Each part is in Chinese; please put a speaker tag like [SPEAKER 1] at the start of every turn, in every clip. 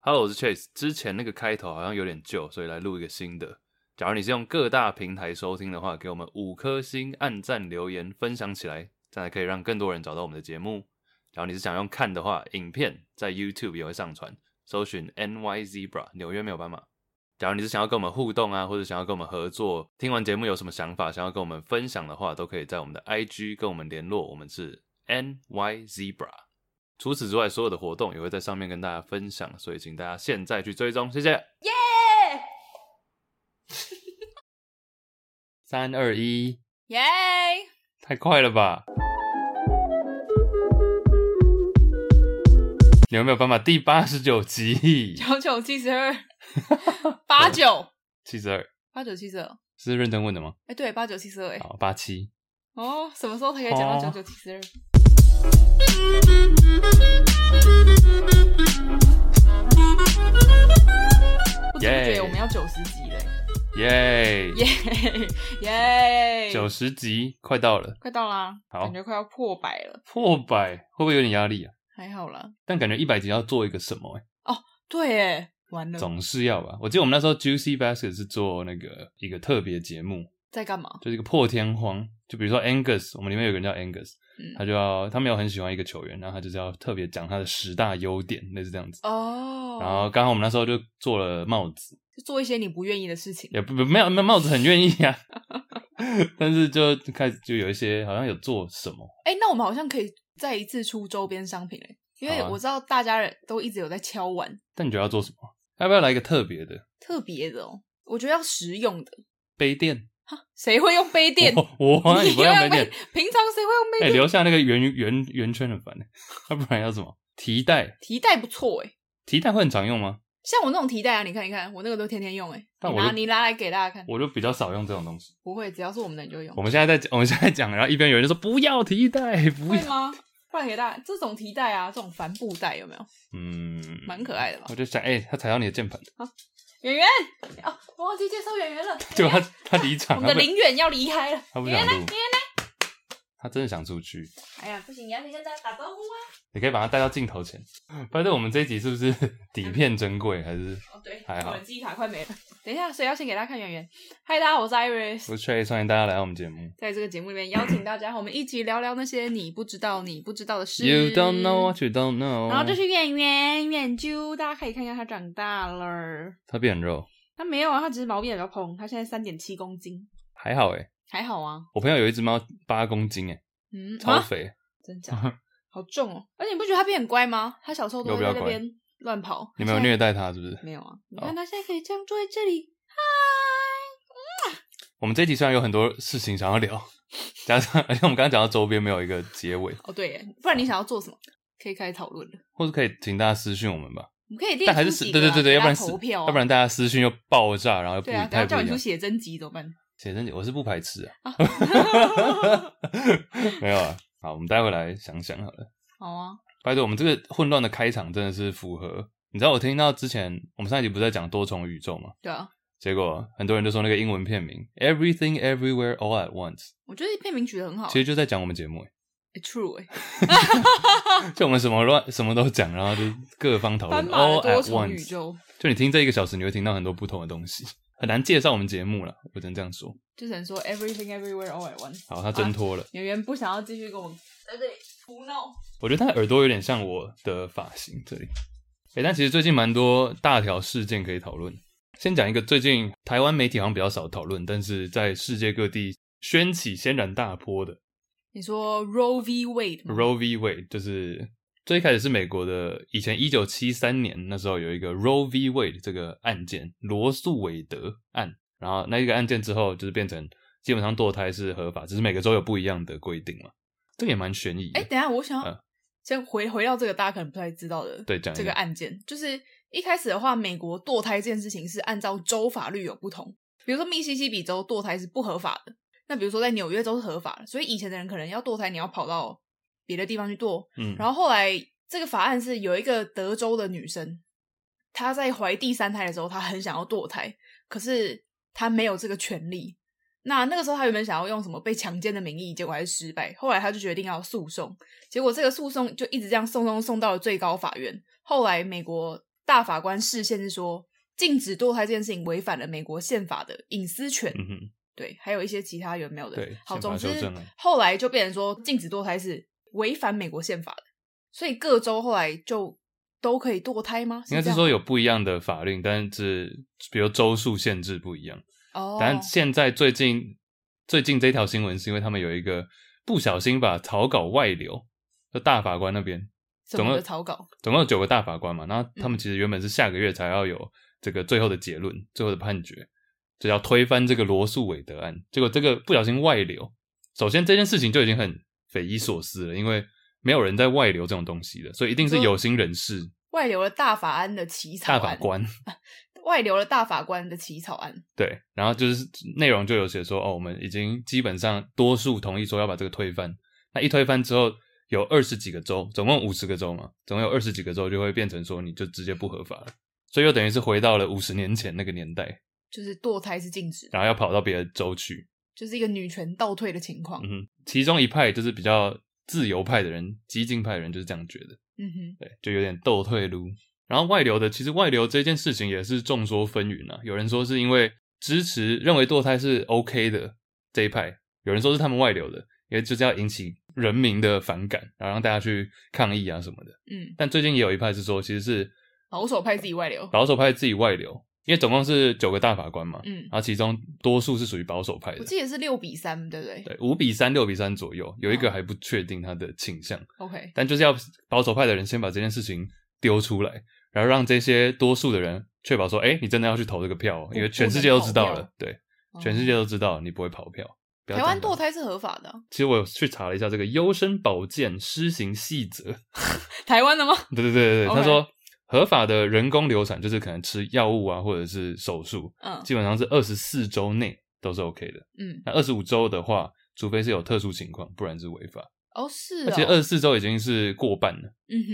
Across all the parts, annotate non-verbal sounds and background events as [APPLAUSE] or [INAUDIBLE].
[SPEAKER 1] Hello，我是 Chase。之前那个开头好像有点旧，所以来录一个新的。假如你是用各大平台收听的话，给我们五颗星、按赞、留言、分享起来，这样才可以让更多人找到我们的节目。假如你是想用看的话，影片在 YouTube 也会上传，搜寻 NY Zebra 纽约没有斑马。假如你是想要跟我们互动啊，或者想要跟我们合作，听完节目有什么想法，想要跟我们分享的话，都可以在我们的 IG 跟我们联络，我们是 NY Zebra。除此之外，所有的活动也会在上面跟大家分享，所以请大家现在去追踪，谢谢。三二一，
[SPEAKER 2] 耶！
[SPEAKER 1] 太快了吧！你有没有办法？第八十九集， [LAUGHS]
[SPEAKER 2] 九九七十二，八九
[SPEAKER 1] 七十二，
[SPEAKER 2] 八九七十二，
[SPEAKER 1] 是认真问的吗？
[SPEAKER 2] 哎，对，八九七十二，哎，
[SPEAKER 1] 好，八七。
[SPEAKER 2] 哦，什么时候才可以讲到
[SPEAKER 1] 哦
[SPEAKER 2] 九九七十二？我怎么觉
[SPEAKER 1] 耶
[SPEAKER 2] 得我们要九十集嘞？
[SPEAKER 1] 耶，
[SPEAKER 2] 耶耶！
[SPEAKER 1] 九十集快到了，
[SPEAKER 2] 快到啦，
[SPEAKER 1] 好
[SPEAKER 2] 感觉快要破百了，
[SPEAKER 1] 破百会不会有点压力啊？
[SPEAKER 2] 还好啦。
[SPEAKER 1] 但感觉一百集要做一个什么、欸？
[SPEAKER 2] 对，哎，完了，
[SPEAKER 1] 总是要吧。我记得我们那时候 Juicy Basket 是做那个一个特别节目，
[SPEAKER 2] 在干嘛？
[SPEAKER 1] 就是一个破天荒，就比如说 Angus，我们里面有个人叫 Angus，
[SPEAKER 2] 嗯
[SPEAKER 1] 他就要他没有很喜欢一个球员，然后他就是要特别讲他的十大优点，类似这样子。
[SPEAKER 2] 哦，
[SPEAKER 1] 然后刚好我们那时候就做了帽子，
[SPEAKER 2] 就做一些你不愿意的事情。
[SPEAKER 1] 也不不没有，那帽子很愿意啊， [LAUGHS] 但是就开始就有一些好像有做什么，
[SPEAKER 2] 哎、那我们好像可以再一次出周边商品嘞，因为
[SPEAKER 1] 好啊
[SPEAKER 2] 我知道大家都一直有在敲碗
[SPEAKER 1] 但你觉得要做什么？要不要来一个特别的
[SPEAKER 2] 特别的哦，我觉得要实用的。
[SPEAKER 1] 杯垫？
[SPEAKER 2] 谁会用杯垫？
[SPEAKER 1] 我我啊，你不要杯
[SPEAKER 2] 杯
[SPEAKER 1] 垫，？
[SPEAKER 2] 平常谁会用杯
[SPEAKER 1] 哎、
[SPEAKER 2] 垫？
[SPEAKER 1] 留下那个圆圆圆圈很烦，欸要不然要什么提袋？
[SPEAKER 2] 提袋不错哎，
[SPEAKER 1] 提袋会很常用吗？
[SPEAKER 2] 像我那种提袋啊，你看你看，我那个都天天用哎。
[SPEAKER 1] 但
[SPEAKER 2] 你
[SPEAKER 1] 我
[SPEAKER 2] 拿
[SPEAKER 1] 就
[SPEAKER 2] 你拿来给大家看，
[SPEAKER 1] 我就比较少用这种东西。
[SPEAKER 2] 不会，只要是我们的你就用
[SPEAKER 1] 我，们现在在我们现在讲，然后一边有人就说不要提袋，不
[SPEAKER 2] 会
[SPEAKER 1] 要，
[SPEAKER 2] 吗？不然给大家这种提袋啊，这种帆布袋有没有？
[SPEAKER 1] 嗯，
[SPEAKER 2] 蛮可爱的吧
[SPEAKER 1] 我？就想，哎、他踩到你的键盘，
[SPEAKER 2] 圆圆哦，我忘记介绍圆圆
[SPEAKER 1] [LAUGHS]
[SPEAKER 2] 了，哎
[SPEAKER 1] 就他他离
[SPEAKER 2] 我
[SPEAKER 1] 场，他
[SPEAKER 2] 们的
[SPEAKER 1] 不
[SPEAKER 2] 林远要离开了。
[SPEAKER 1] 他不想
[SPEAKER 2] 圆圆
[SPEAKER 1] 录
[SPEAKER 2] 来，，
[SPEAKER 1] 他真的想出去。
[SPEAKER 2] 哎呀，不行，你要先跟大家打招呼啊。
[SPEAKER 1] 你可以把它带到镜头前。反正我们这一集是不 [LAUGHS] 是底片珍贵，还是
[SPEAKER 2] 哦，对，
[SPEAKER 1] 还好
[SPEAKER 2] 我的记忆卡快没了。等一下，所以要先给大家看圆圆。嗨，大家好，我是 Iris。
[SPEAKER 1] 我是 Trace，欢迎大家来到我们节目。
[SPEAKER 2] 在这个节目里面，邀请大家和我们一起聊聊那些你不知道、你不知道的事。
[SPEAKER 1] You don't know what you don't know。
[SPEAKER 2] 然后这是圆圆圆啾，大家可以看一下她长大了。
[SPEAKER 1] 他变很肉，
[SPEAKER 2] 她没有啊，她只是毛病比较蓬，她现在三点七公斤，
[SPEAKER 1] 还好诶。
[SPEAKER 2] 还好啊。
[SPEAKER 1] 我朋友有一只猫八公斤诶，
[SPEAKER 2] 嗯，
[SPEAKER 1] 超
[SPEAKER 2] 啊，
[SPEAKER 1] 肥，
[SPEAKER 2] 真假？好重哦！而且你不觉得她变很乖吗？她小时候都
[SPEAKER 1] 有
[SPEAKER 2] 会
[SPEAKER 1] 比较
[SPEAKER 2] 在那
[SPEAKER 1] 乖
[SPEAKER 2] 边乱跑。
[SPEAKER 1] 你没有
[SPEAKER 2] 她现在
[SPEAKER 1] 虐待它是不是？
[SPEAKER 2] 没有啊？你
[SPEAKER 1] 哦
[SPEAKER 2] 看她现在可以这样坐在这里，
[SPEAKER 1] 我们这一集虽然有很多事情想要聊，加上而且我们刚刚讲到周边没有一个结尾，
[SPEAKER 2] 哦，对耶，不然你想要做什么？可以开始讨论了。
[SPEAKER 1] 或是可以请大家私讯我们吧。
[SPEAKER 2] 我们可以列
[SPEAKER 1] 但还
[SPEAKER 2] 出
[SPEAKER 1] 是
[SPEAKER 2] 几
[SPEAKER 1] 私
[SPEAKER 2] 个
[SPEAKER 1] 对对
[SPEAKER 2] 啊
[SPEAKER 1] 对对，
[SPEAKER 2] 给
[SPEAKER 1] 要不
[SPEAKER 2] 大
[SPEAKER 1] 然
[SPEAKER 2] 家
[SPEAKER 1] 私
[SPEAKER 2] 投票啊，
[SPEAKER 1] 要不然大家私讯又爆炸，然后又不
[SPEAKER 2] 对啊，等
[SPEAKER 1] 太
[SPEAKER 2] 下
[SPEAKER 1] 不
[SPEAKER 2] 叫
[SPEAKER 1] 一
[SPEAKER 2] 你出
[SPEAKER 1] 样。
[SPEAKER 2] 写真集怎么办？
[SPEAKER 1] 写真集我是不排斥啊， [LAUGHS] 没有啊。好，我们待会来想想好了。
[SPEAKER 2] 好啊，
[SPEAKER 1] 拜托，我们这个混乱的开场真的是符合。你知道我听到之前，我们上一集不是在讲多重宇宙吗？
[SPEAKER 2] 对啊，
[SPEAKER 1] 结果很多人就说那个英文片名《Everything Everywhere All at Once
[SPEAKER 2] 我觉得片名取得很好》，
[SPEAKER 1] 其实就在讲我们节目欸，
[SPEAKER 2] 欸，True 哎，
[SPEAKER 1] 就我们什么乱什么都讲，然后就各方讨
[SPEAKER 2] 斑
[SPEAKER 1] 论
[SPEAKER 2] 马的
[SPEAKER 1] All
[SPEAKER 2] 多
[SPEAKER 1] at
[SPEAKER 2] 重宇
[SPEAKER 1] Once。
[SPEAKER 2] 宙，
[SPEAKER 1] 就你听这一个小时，你会听到很多不同的东西，很难介绍我们节目了，我只能这样说。
[SPEAKER 2] 就只能说 Everything Everywhere All at Once。
[SPEAKER 1] 好，他挣脱了，
[SPEAKER 2] 圆圆不想要继续跟我们在这里胡闹，
[SPEAKER 1] 我觉得他的耳朵有点像我的发型这里。诶、但其实最近蛮多大条事件可以讨论。先讲一个最近台湾媒体好像比较少讨论，但是在世界各地掀起轩然大波的
[SPEAKER 2] 你说 Roe v Wade 吗
[SPEAKER 1] Roe v. Wade，就是最一开始是美国的，以前一九七三年那时候有一个 Roe v. Wade 这个案件，罗素韦德案，然后那一个案件之后就是变成基本上堕胎是合法，只是每个州有不一样的规定嘛，这个也蛮悬疑的。
[SPEAKER 2] 哎，等一下我想
[SPEAKER 1] 嗯
[SPEAKER 2] 要先回回到这个大家可能不太知道的
[SPEAKER 1] 对，讲一
[SPEAKER 2] 这
[SPEAKER 1] 下
[SPEAKER 2] 个案件，就是一开始的话，美国堕胎这件事情是按照州法律有不同，比如说密西西比州堕胎是不合法的，那比如说在纽约州是合法的，所以以前的人可能要堕胎，你要跑到别的地方去堕。
[SPEAKER 1] 嗯，
[SPEAKER 2] 然后后来这个法案是有一个德州的女生，她在怀第三胎的时候，她很想要堕胎，可是她没有这个权利。那那个时候，她原本想要用什么被强奸的名义，结果还是失败。后来她就决定要诉讼，结果这个诉讼就一直这样送送送到了最高法院。后来美国大法官视线是说，禁止堕胎这件事情违反了美国宪法的隐私权。
[SPEAKER 1] 嗯哼，
[SPEAKER 2] 对，还有一些其他有没有的
[SPEAKER 1] 对。宪
[SPEAKER 2] 好，
[SPEAKER 1] 法
[SPEAKER 2] 总之
[SPEAKER 1] 修正了
[SPEAKER 2] 后来就变成说禁止堕胎是违反美国宪法的，所以各州后来就都可以堕胎吗？
[SPEAKER 1] 应该
[SPEAKER 2] 这
[SPEAKER 1] 是
[SPEAKER 2] 样
[SPEAKER 1] 说
[SPEAKER 2] 吗
[SPEAKER 1] 有不一样的法令，但是比如州数限制不一样。
[SPEAKER 2] 哦，
[SPEAKER 1] 但现在最近最近这条新闻是因为他们有一个不小心把草稿外流，就大法官那边
[SPEAKER 2] 什么
[SPEAKER 1] 总
[SPEAKER 2] 的
[SPEAKER 1] 要
[SPEAKER 2] 草稿
[SPEAKER 1] 总共有九个大法官嘛，那他
[SPEAKER 2] 嗯
[SPEAKER 1] 们其实原本是下个月才要有这个最后的结论、最后的判决，就要推翻这个罗素韦德案。结果这个不小心外流，首先这件事情就已经很匪夷所思了，因为没有人在外流这种东西的，所以一定是有心人士、
[SPEAKER 2] 外流了大法案的起草
[SPEAKER 1] 大
[SPEAKER 2] 案，
[SPEAKER 1] 法官
[SPEAKER 2] 外流了大法官的起草案，
[SPEAKER 1] 对，然后就是内容就有写说，哦，我们已经基本上多数同意说要把这个推翻。那一推翻之后，有二十几个州，总共五十个州嘛，总共有二十几个州就会变成说，你就直接不合法了。所以又等于是回到了五十年前那个年代，
[SPEAKER 2] 就是堕胎是禁止的，
[SPEAKER 1] 然后要跑到别的州去。
[SPEAKER 2] 就是一个女权倒退的情况。
[SPEAKER 1] 嗯哼，其中一派就是比较自由派的人，激进派的人就是这样觉得，
[SPEAKER 2] 嗯哼，
[SPEAKER 1] 对，就有点斗退路。然后外流的，其实外流这件事情也是众说纷纭啊。有人说是因为支持认为堕胎是 OK 的这一派，有人说是他们外流的，因为就是要引起人民的反感，然后让大家去抗议啊什么的。
[SPEAKER 2] 嗯，
[SPEAKER 1] 但最近也有一派是说，其实是
[SPEAKER 2] 保守派自己外流，
[SPEAKER 1] 保守派自己外流，因为总共是九个大法官嘛，
[SPEAKER 2] 嗯
[SPEAKER 1] 然，后其中多数是属于保守派的
[SPEAKER 2] 我。记得是六比三，对不对
[SPEAKER 1] 对，五比三、六比三左右，有一个还不确定他的倾向，
[SPEAKER 2] ？OK，
[SPEAKER 1] 但就是要保守派的人先把这件事情丢出来，然后让这些多数的人确保说，哎、你真的要去投这个票哦，
[SPEAKER 2] 不
[SPEAKER 1] 因为全世界都知道
[SPEAKER 2] 不能
[SPEAKER 1] 了
[SPEAKER 2] 跑，
[SPEAKER 1] 对，全世界都知道你不会跑票。不要
[SPEAKER 2] 哦台湾
[SPEAKER 1] 讲
[SPEAKER 2] 堕
[SPEAKER 1] 了，
[SPEAKER 2] 胎是合法的啊， [LAUGHS]
[SPEAKER 1] 其实我有去查了一下这个优生保健施行细则， [LAUGHS]
[SPEAKER 2] 台湾的吗？
[SPEAKER 1] 对对对对对，
[SPEAKER 2] OK
[SPEAKER 1] 他说合法的人工流产就是可能吃药物啊，或者是手术，
[SPEAKER 2] 嗯
[SPEAKER 1] 基本上是二十四周内都是 OK 的。
[SPEAKER 2] 嗯，
[SPEAKER 1] 那二十五周的话，除非是有特殊情况，不然是违法。
[SPEAKER 2] 哦是
[SPEAKER 1] 而
[SPEAKER 2] 哦，
[SPEAKER 1] 且二十四周已经是过半了，
[SPEAKER 2] 嗯哼，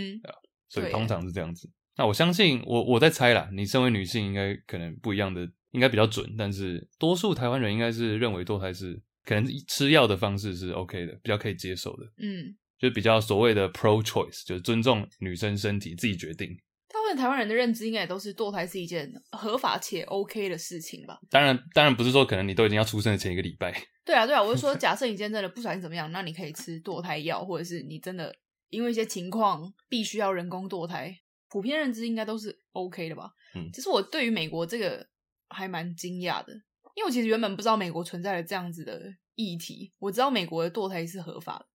[SPEAKER 1] 所以
[SPEAKER 2] 对
[SPEAKER 1] 通常是这样子。那我相信，我我在猜啦，你身为女性，应该可能不一样的，应该比较准，但是多数台湾人应该是认为堕胎是可能吃药的方式是 OK 的，比较可以接受的，
[SPEAKER 2] 嗯，
[SPEAKER 1] 就比较所谓的 pro choice，就是尊重女生身体自己决定。
[SPEAKER 2] 大部分台湾人的认知应该也都是堕胎是一件合法且 OK 的事情吧？
[SPEAKER 1] 当然，当然不是说可能你都已经要出生的前一个礼拜，
[SPEAKER 2] [LAUGHS] 对啊，对啊，我
[SPEAKER 1] [LAUGHS]
[SPEAKER 2] 是说，假设你今天真的不小心怎么样，那你可以吃堕胎药，或者是你真的因为一些情况必须要人工堕胎，普遍认知应该都是 OK 的吧？
[SPEAKER 1] 嗯
[SPEAKER 2] 其实我对于美国这个还蛮惊讶的，因为我其实原本不知道美国存在了这样子的议题，我知道美国的堕胎是合法的，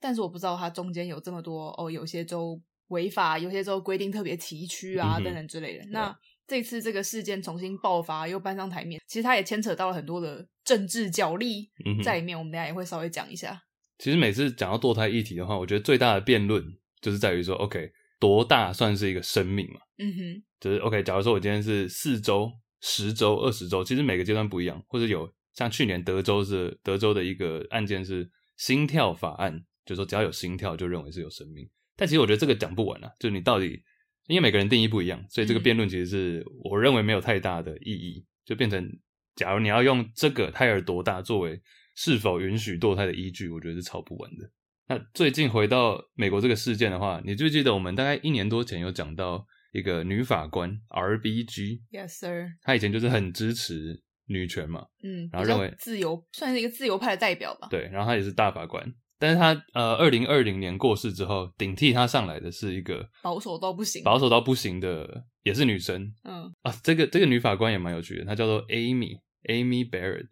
[SPEAKER 2] 但是我不知道它中间有这么多哦，有些州违法，有些州规定特别崎岖
[SPEAKER 1] 嗯
[SPEAKER 2] 啊、
[SPEAKER 1] 哼
[SPEAKER 2] 等等之类的。那这次这个事件重新爆发，又搬上台面，其实它也牵扯到了很多的政治角力
[SPEAKER 1] 嗯哼
[SPEAKER 2] 在里面。我们等一下也会稍微讲一下。
[SPEAKER 1] [LAUGHS] 其实每次讲到堕胎议题的话，我觉得最大的辩论就是在于说，OK，多大算是一个生命嘛？
[SPEAKER 2] 嗯哼，
[SPEAKER 1] 就是 OK，假如说我今天是四周、十周、二十周，其实每个阶段不一样，或者有像去年德州是德州的一个案件是心跳法案，就是说只要有心跳就认为是有生命。但其实我觉得这个讲不完啊，就是你到底因为每个人定义不一样，所以这个
[SPEAKER 2] 嗯
[SPEAKER 1] 辩论其实是我认为没有太大的意义，就变成假如你要用这个胎儿多大作为是否允许堕胎的依据，我觉得是吵不完的。那最近回到美国这个事件的话，你记不记得我们大概一年多前有讲到一个女法官 RBG，
[SPEAKER 2] ，Yes sir。
[SPEAKER 1] 她以前就是很支持女权嘛，
[SPEAKER 2] 嗯，
[SPEAKER 1] 然后
[SPEAKER 2] 比较
[SPEAKER 1] 认为
[SPEAKER 2] 自由算是一个自由派的代表吧。
[SPEAKER 1] 对，然后她也是大法官，但是她呃二零二零年过世之后，顶替她上来的是一个
[SPEAKER 2] 保守到不行
[SPEAKER 1] 保守到不行的，也是女生
[SPEAKER 2] 嗯
[SPEAKER 1] 啊。这个这个女法官也蛮有趣的，她叫做 Amy Amy Barrett，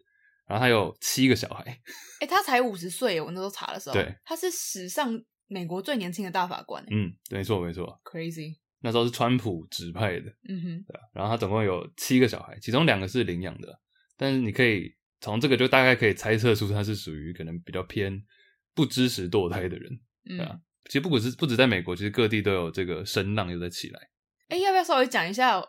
[SPEAKER 1] 然后她有七个小孩，
[SPEAKER 2] 哎、他才五十岁耶，我那时候查的时候，
[SPEAKER 1] 对，
[SPEAKER 2] 他是史上美国最年轻的大法官耶、
[SPEAKER 1] 嗯，没错没错，
[SPEAKER 2] c r a z y
[SPEAKER 1] 那时候是川普指派的。
[SPEAKER 2] 嗯哼，
[SPEAKER 1] 然后他总共有七个小孩，其中两个是领养的，但是你可以从这个就大概可以猜测出他是属于可能比较偏不支持堕胎的人。
[SPEAKER 2] 嗯，
[SPEAKER 1] 对
[SPEAKER 2] 哎、
[SPEAKER 1] 啊其实不只是不止在美国，其实各地都有这个声浪又在起来。
[SPEAKER 2] 要不要稍微讲一下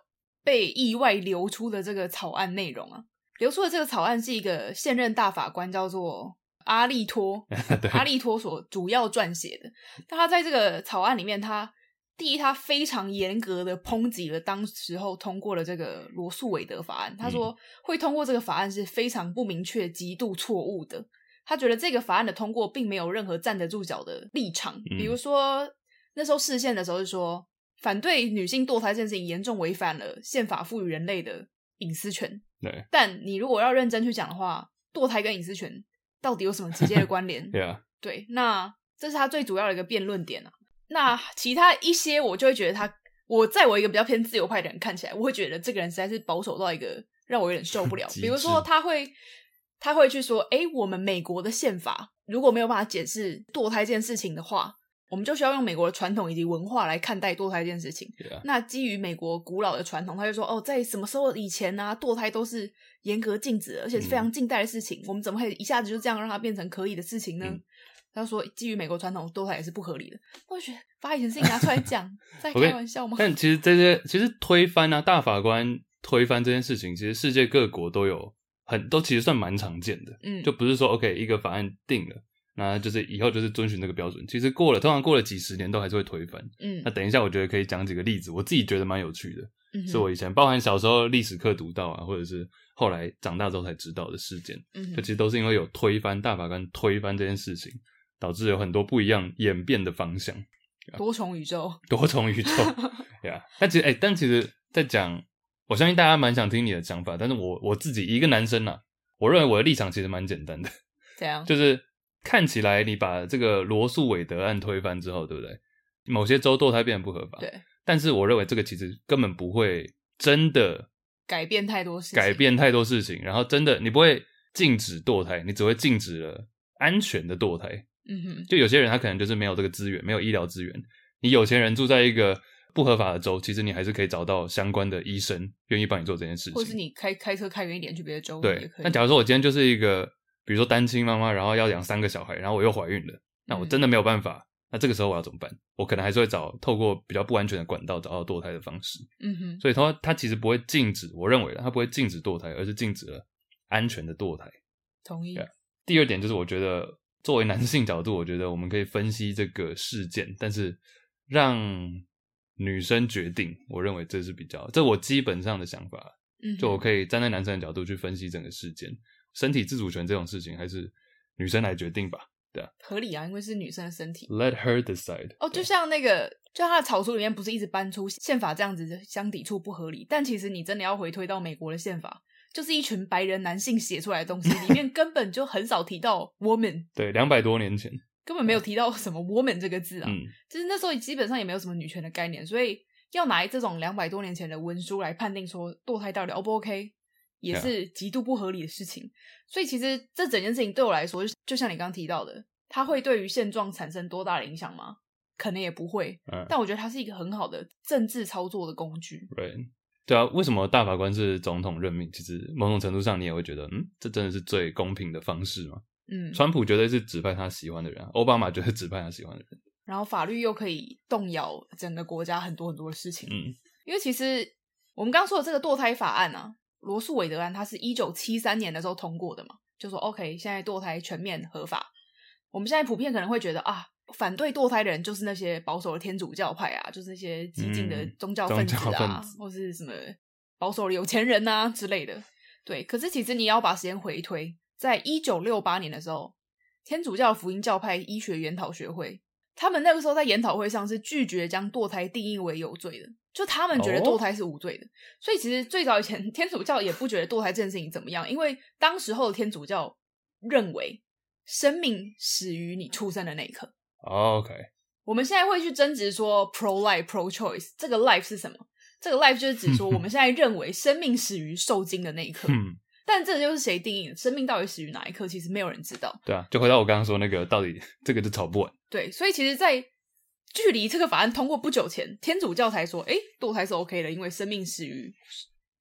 [SPEAKER 2] 被意外流出的这个草案内容啊？流出的这个草案是一个现任大法官叫做阿利托，
[SPEAKER 1] 对，
[SPEAKER 2] 阿利托所主要撰写的。那他在这个草案里面，他第一，他非常严格的抨击了当时候通过了这个罗素韦德法案。他说会通过这个法案是非常不明确、极度错误的。他觉得这个法案的通过并没有任何站得住脚的立场，
[SPEAKER 1] 嗯
[SPEAKER 2] 比如说那时候视线的时候是说反对女性堕胎这件事情严重违反了宪法赋予人类的隐私权。
[SPEAKER 1] 对？
[SPEAKER 2] 但你如果要认真去讲的话，堕胎跟隐私权到底有什么直接的关联
[SPEAKER 1] ，Yeah， [LAUGHS]
[SPEAKER 2] 对，那这是他最主要的一个辩论点啊。那其他一些我就会觉得他，我在我一个比较偏自由派的人看起来，我会觉得这个人实在是保守到一个让我有点受不
[SPEAKER 1] [LAUGHS] 。
[SPEAKER 2] 了
[SPEAKER 1] 极致
[SPEAKER 2] 比如说他会他会去说，诶，我们美国的宪法如果没有办法解释堕胎这件事情的话，我们就需要用美国的传统以及文化来看待堕胎这件事情。
[SPEAKER 1] Yeah
[SPEAKER 2] 那基于美国古老的传统，他就说哦，在什么时候以前呢、啊堕胎都是严格禁止的，而且是非
[SPEAKER 1] 嗯
[SPEAKER 2] 常近代的事情。我们怎么会一下子就这样让它变成可以的事情呢？
[SPEAKER 1] 嗯
[SPEAKER 2] 他说，基于美国传统，堕胎也是不合理的。我就觉得把以前事情拿
[SPEAKER 1] [LAUGHS]
[SPEAKER 2] 出来讲，在
[SPEAKER 1] 我跟
[SPEAKER 2] 开玩笑吗？
[SPEAKER 1] 但其实这些其实推翻啊，大法官推翻这件事情，其实世界各国都有很都其实算蛮常见的，
[SPEAKER 2] 嗯，
[SPEAKER 1] 就不是说 OK 一个法案定了，那就是以后就是遵循这个标准。其实过了，通常过了几十年都还是会推翻。
[SPEAKER 2] 嗯
[SPEAKER 1] 那等一下，我觉得可以讲几个例子，我自己觉得蛮有趣的，
[SPEAKER 2] 嗯哼
[SPEAKER 1] 是我以前包含小时候历史课读到啊，或者是后来长大之后才知道的事件。
[SPEAKER 2] 嗯
[SPEAKER 1] 这
[SPEAKER 2] 哼
[SPEAKER 1] 其实都是因为有推翻大法官推翻这件事情，导致有很多不一样演变的方向，
[SPEAKER 2] 多重宇宙，
[SPEAKER 1] 多重
[SPEAKER 2] [LAUGHS]
[SPEAKER 1] 宇宙呀。但其实，哎、但其实，在讲，我相信大家蛮想听你的想法，但是我我自己一个男生啊，我认为我的立场其实蛮简单的，
[SPEAKER 2] 怎样？
[SPEAKER 1] [LAUGHS] 就是看起来你把这个罗素韦德案推翻之后，对不对？某些州堕胎变得不合法，
[SPEAKER 2] 对，
[SPEAKER 1] 但是我认为这个其实根本不会真的
[SPEAKER 2] 改变太多事情，
[SPEAKER 1] 改变太多事情，然后真的你不会禁止堕胎，你只会禁止了安全的堕胎。
[SPEAKER 2] 嗯哼，
[SPEAKER 1] 就有些人他可能就是没有这个资源，没有医疗资源。你有钱人住在一个不合法的州，其实你还是可以找到相关的医生愿意帮你做这件事
[SPEAKER 2] 或者是
[SPEAKER 1] 情。
[SPEAKER 2] 你开开车开远一点去别的州也
[SPEAKER 1] 对，
[SPEAKER 2] 可以。
[SPEAKER 1] 那假如说我今天就是一个，比如说单亲妈妈，然后要养三个小孩，然后我又怀孕了，那我
[SPEAKER 2] 嗯
[SPEAKER 1] 真的没有办法。那这个时候我要怎么办？我可能还是会找透过比较不安全的管道找到堕胎的方式。
[SPEAKER 2] 嗯哼，
[SPEAKER 1] 所以他他其实不会禁止，我认为啦他不会禁止堕胎，而是禁止了安全的堕胎。
[SPEAKER 2] 同意。
[SPEAKER 1] Yeah 第二点就是，我觉得作为男性角度，我觉得我们可以分析这个事件，但是让女生决定，我认为这是比较，这我基本上的想法，
[SPEAKER 2] 嗯哼，
[SPEAKER 1] 就我可以站在男生的角度去分析整个事件，身体自主权这种事情还是女生来决定吧
[SPEAKER 2] 合理啊，因为是女生的身体。
[SPEAKER 1] ，Let her decide。
[SPEAKER 2] 哦，就像那个，就像他的草书里面不是一直搬出宪法这样子相抵触不合理，但其实你真的要回推到美国的宪法，就是一群白人男性写出来的东西，里面根本就很少提到 woman，
[SPEAKER 1] 对，两百多年前，
[SPEAKER 2] 根本没有提到什么 woman 这个字啊，
[SPEAKER 1] 嗯，
[SPEAKER 2] 就是那时候基本上也没有什么女权的概念，所以要拿这种两百多年前的文书来判定说堕胎到底 O 不 OK，也
[SPEAKER 1] Yeah
[SPEAKER 2] 是极度不合理的事情。所以其实这整件事情对我来说，就就像你刚刚提到的，它会对于现状产生多大的影响吗？可能也不会，
[SPEAKER 1] 嗯
[SPEAKER 2] 但我觉得它是一个很好的政治操作的工具。
[SPEAKER 1] 对，对啊，为什么大法官是总统任命？其实某种程度上，你也会觉得，嗯，这真的是最公平的方式吗？
[SPEAKER 2] 嗯，
[SPEAKER 1] 川普绝对是指派他喜欢的人啊，奥巴马绝对是指派他喜欢的人。
[SPEAKER 2] 然后法律又可以动摇整个国家很多很多的事情。
[SPEAKER 1] 嗯，
[SPEAKER 2] 因为其实我们刚刚说的这个堕胎法案啊，罗素韦德案，它是一九七三年的时候通过的嘛，就说 OK，现在堕胎全面合法。我们现在普遍可能会觉得啊，反对堕胎的人就是那些保守的天主教派啊，就是那些激进的
[SPEAKER 1] 嗯
[SPEAKER 2] 宗教分子
[SPEAKER 1] 宗教
[SPEAKER 2] 啊，
[SPEAKER 1] 分子
[SPEAKER 2] 或是什么保守的有钱人啊之类的。对，可是其实你要把时间回推，在一九六八年的时候，天主教福音教派医学研讨学会，他们那个时候在研讨会上是拒绝将堕胎定义为有罪的，就他们觉得
[SPEAKER 1] 哦
[SPEAKER 2] 堕胎是无罪的。所以其实最早以前 [LAUGHS] 天主教也不觉得堕胎这件事情怎么样，因为当时候的天主教认为生命始于你出生的那一刻。
[SPEAKER 1] o k
[SPEAKER 2] 我们现在会去争执说 pro life pro choice 这个 life 是什么？这个 life 就是指说
[SPEAKER 1] [LAUGHS]
[SPEAKER 2] 我们现在认为生命始于受精的那一刻，
[SPEAKER 1] 嗯，
[SPEAKER 2] 但这就是谁定义的？生命到底始于哪一刻？其实没有人知道。
[SPEAKER 1] 对啊，就回到我刚刚说那个，到底这个就吵不完。
[SPEAKER 2] 对，所以其实，在距离这个法案通过不久前，天主教才说，诶，堕胎是 OK 的，因为生命始于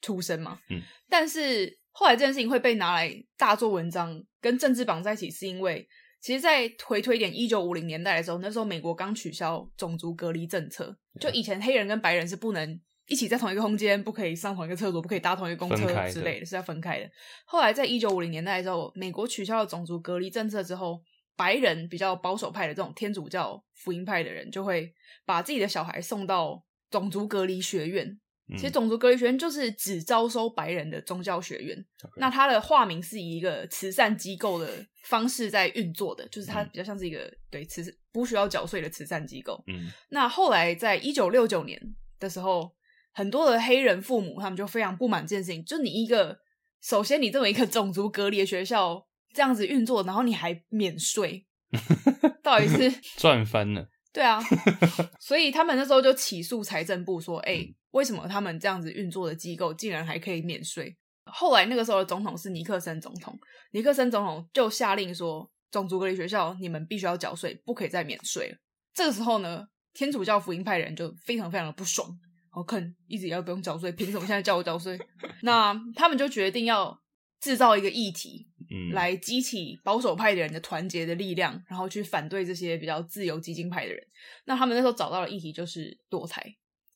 [SPEAKER 2] 出生嘛。
[SPEAKER 1] 嗯，
[SPEAKER 2] 但是后来这件事情会被拿来大做文章，跟政治绑在一起，是因为其实，在回推一点，一九五零年代的时候，那时候美国刚取消种族隔离政策，就以前黑人跟白人是不能。一起在同一个空间，不可以上同一个厕所，不可以搭同一个公
[SPEAKER 1] 分
[SPEAKER 2] 车
[SPEAKER 1] 开
[SPEAKER 2] 之
[SPEAKER 1] 的
[SPEAKER 2] 类的，是要分开的。后来在一九五零年代的时候，美国取消了种族隔离政策之后，白人比较保守派的这种天主教福音派的人，就会把自己的小孩送到种族隔离学院，
[SPEAKER 1] 嗯
[SPEAKER 2] 其实种族隔离学院就是只招收白人的宗教学院，那它的化名是以一个慈善机构的方式在运作的，就是它
[SPEAKER 1] 嗯
[SPEAKER 2] 比较像是一个、对慈不需要缴税的慈善机构。
[SPEAKER 1] 嗯
[SPEAKER 2] 那后来在一九六九年的时候，很多的黑人父母他们就非常不满这件事情，就你一个首先你这么一个种族隔离的学校这样子运作，然后你还免税，
[SPEAKER 1] [LAUGHS]
[SPEAKER 2] 到底是
[SPEAKER 1] 赚翻了，
[SPEAKER 2] 对啊， [LAUGHS] 所以他们那时候就起诉财政部说，哎、为什么他们这样子运作的机构竟然还可以免税？后来那个时候的总统是尼克森总统，尼克森总统就下令说，种族隔离学校你们必须要缴税，不可以再免税了。这个时候呢，天主教福音派人就非常非常的不爽，我看一直以来不用缴税，凭什么现在叫我缴税？ [LAUGHS] 那他们就决定要制造一个议题，
[SPEAKER 1] 嗯，
[SPEAKER 2] 来激起保守派的人的团结的力量，然后去反对这些比较自由激进派的人。那他们那时候找到的议题就是堕胎，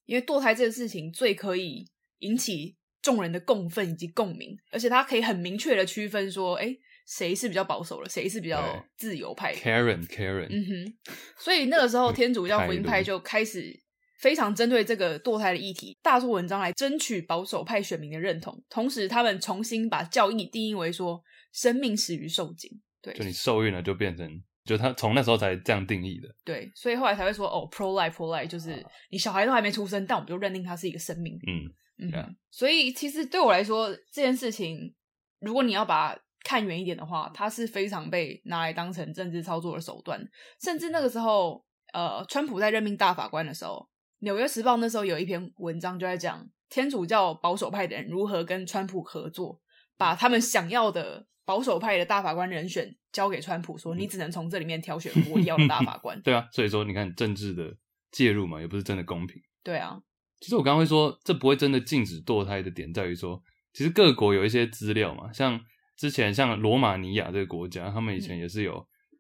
[SPEAKER 2] 因为堕胎这个事情最可以引起众人的共愤以及共鸣，而且它可以很明确的区分说，哎，谁是比较保守的，谁是比较
[SPEAKER 1] 对
[SPEAKER 2] 自由派的。
[SPEAKER 1] Karen Karen，
[SPEAKER 2] 嗯哼，所以那个时候天主教福音派就开始非常针对这个堕胎的议题大做文章来争取保守派选民的认同，同时他们重新把教义定义为说生命始于受精，对
[SPEAKER 1] 就你受孕了就变成，就他从那时候才这样定义的，
[SPEAKER 2] 对，所以后来才会说哦 pro life pro life
[SPEAKER 1] 啊
[SPEAKER 2] 就是你小孩都还没出生，但我们就认定他是一个生命，
[SPEAKER 1] 嗯
[SPEAKER 2] 嗯
[SPEAKER 1] Yeah.。
[SPEAKER 2] 哼，所以其实对我来说这件事情，如果你要把它看远一点的话，它是非常被拿来当成政治操作的手段。甚至那个时候，呃，川普在任命大法官的时候，《纽约时报》那时候有一篇文章就在讲天主教保守派的人如何跟川普合作，把他们想要的保守派的大法官人选交给川普，说你只能从这里面挑选我要的大法官 [LAUGHS]
[SPEAKER 1] 对啊，所以说你看政治的介入嘛，也不是真的公平。
[SPEAKER 2] 对啊，
[SPEAKER 1] 其实我刚刚会说，这不会真的禁止堕胎的点在于说，其实各国有一些资料嘛，像之前像罗马尼亚这个国家，他们以前也是有，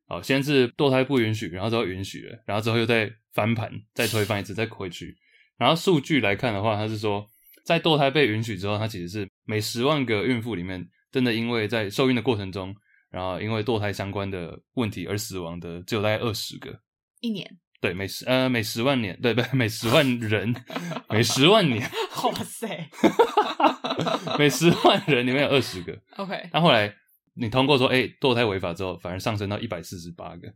[SPEAKER 1] 哦、先是堕胎不允许，然后之后允许了，然后之后又再翻盘，再推翻一次，再回去。然后数据来看的话，它是说，在堕胎被允许之后，它其实是每十万个孕妇里面，真的因为在受孕的过程中，然后因为堕胎相关的问题而死亡的，只有大概二十个。
[SPEAKER 2] 一年，
[SPEAKER 1] 对，每十呃每十万年，对不对？每十万人，每十万年，
[SPEAKER 2] [LAUGHS] 哇塞
[SPEAKER 1] [LAUGHS] 每十万人里面有二十个。
[SPEAKER 2] ，OK，
[SPEAKER 1] 那后来你通过说，哎、堕胎违法之后，反而上升到一百四十八个。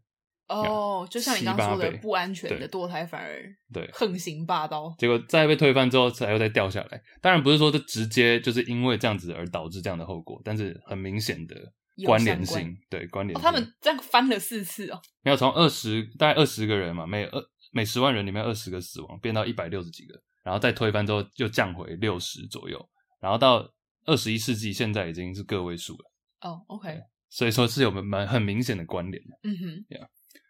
[SPEAKER 2] 哦，就像你
[SPEAKER 1] 七
[SPEAKER 2] 刚刚说
[SPEAKER 1] 八
[SPEAKER 2] 的
[SPEAKER 1] 倍，
[SPEAKER 2] 不安全
[SPEAKER 1] 对
[SPEAKER 2] 的堕胎反而
[SPEAKER 1] 对
[SPEAKER 2] 横行霸道。哦
[SPEAKER 1] 结果再被推翻之后，才又再掉下来。当然不是说这直接就是因为这样子而导致这样的后果，但是很明显的
[SPEAKER 2] 有
[SPEAKER 1] 关
[SPEAKER 2] 相
[SPEAKER 1] 联
[SPEAKER 2] 关
[SPEAKER 1] 性，对关联
[SPEAKER 2] 哦，
[SPEAKER 1] 性。
[SPEAKER 2] 他们这样翻了四次哦，
[SPEAKER 1] 没有从二十大概二十个人嘛，每二每十万人里面二十个死亡，变到一百六十几个，然后再推翻之后又降回六十左右，然后到二十一世纪现在已经是个位数了，
[SPEAKER 2] 哦，OK，
[SPEAKER 1] 所以说是有蛮很明显的关联的。
[SPEAKER 2] 嗯哼，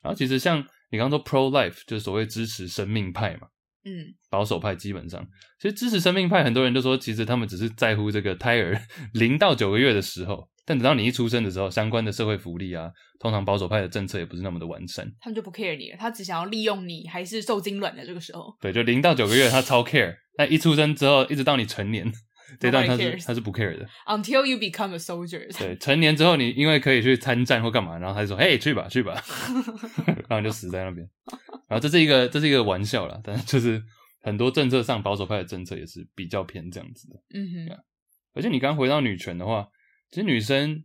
[SPEAKER 1] 然后其实像你刚刚说 pro life 就是所谓支持生命派嘛，
[SPEAKER 2] 嗯，
[SPEAKER 1] 保守派基本上，其实支持生命派很多人就说，其实他们只是在乎这个胎儿零到九个月的时候，但等到你一出生的时候，相关的社会福利啊，通常保守派的政策也不是那么的完善。
[SPEAKER 2] 他们就不 care 你了，他只想要利用你还是受精卵的这个时候，
[SPEAKER 1] 对，就零到九个月他超 care，但一出生之后一直到你成年， [LAUGHS] 这段他是
[SPEAKER 2] cares
[SPEAKER 1] 他是不 care 的。
[SPEAKER 2] until you become a soldier，
[SPEAKER 1] 对，成年之后你因为可以去参战或干嘛，然后他就说：“嘿，去吧，去吧。”然后你就死在那边。然后这是一个这是一个玩笑啦，但是就是很多政策上保守派的政策也是比较偏这样子的。
[SPEAKER 2] 嗯哼，
[SPEAKER 1] 而且你刚回到女权的话，其实女生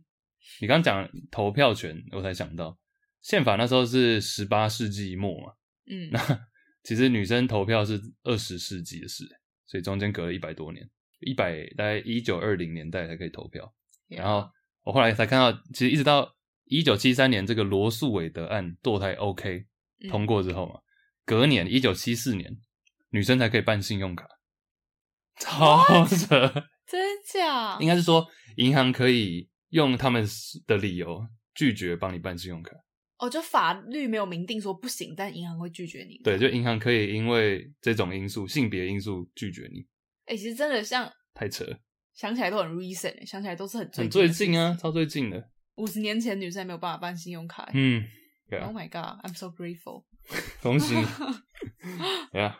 [SPEAKER 1] 你刚讲投票权，我才想到宪法那时候是十八世纪末嘛，
[SPEAKER 2] 嗯，
[SPEAKER 1] 那其实女生投票是二十世纪的事，所以中间隔了一百多年，一百大概一九二零年代才可以投票。然后我后来才看到，其实一直到一九七三年这个罗素韦德案堕胎 OK
[SPEAKER 2] 嗯
[SPEAKER 1] 通过之后嘛，隔年一九七四年，女生才可以办信用卡，超扯！
[SPEAKER 2] 真假
[SPEAKER 1] 应该是说银行可以用他们的理由拒绝帮你办信用卡。
[SPEAKER 2] 哦，就法律没有明定说不行，但银行会拒绝你。
[SPEAKER 1] 对，就银行可以因为这种因素、性别因素拒绝你，
[SPEAKER 2] 哎，其实真的像
[SPEAKER 1] 太扯了，
[SPEAKER 2] 想起来都很 recent，欸想起来都是很
[SPEAKER 1] 很最近啊，，超最近的。
[SPEAKER 2] 五十年前女生还没有办法办信用卡欸。
[SPEAKER 1] 嗯，对啊
[SPEAKER 2] Oh，my god，I'm so grateful。
[SPEAKER 1] 恭喜你。对啊。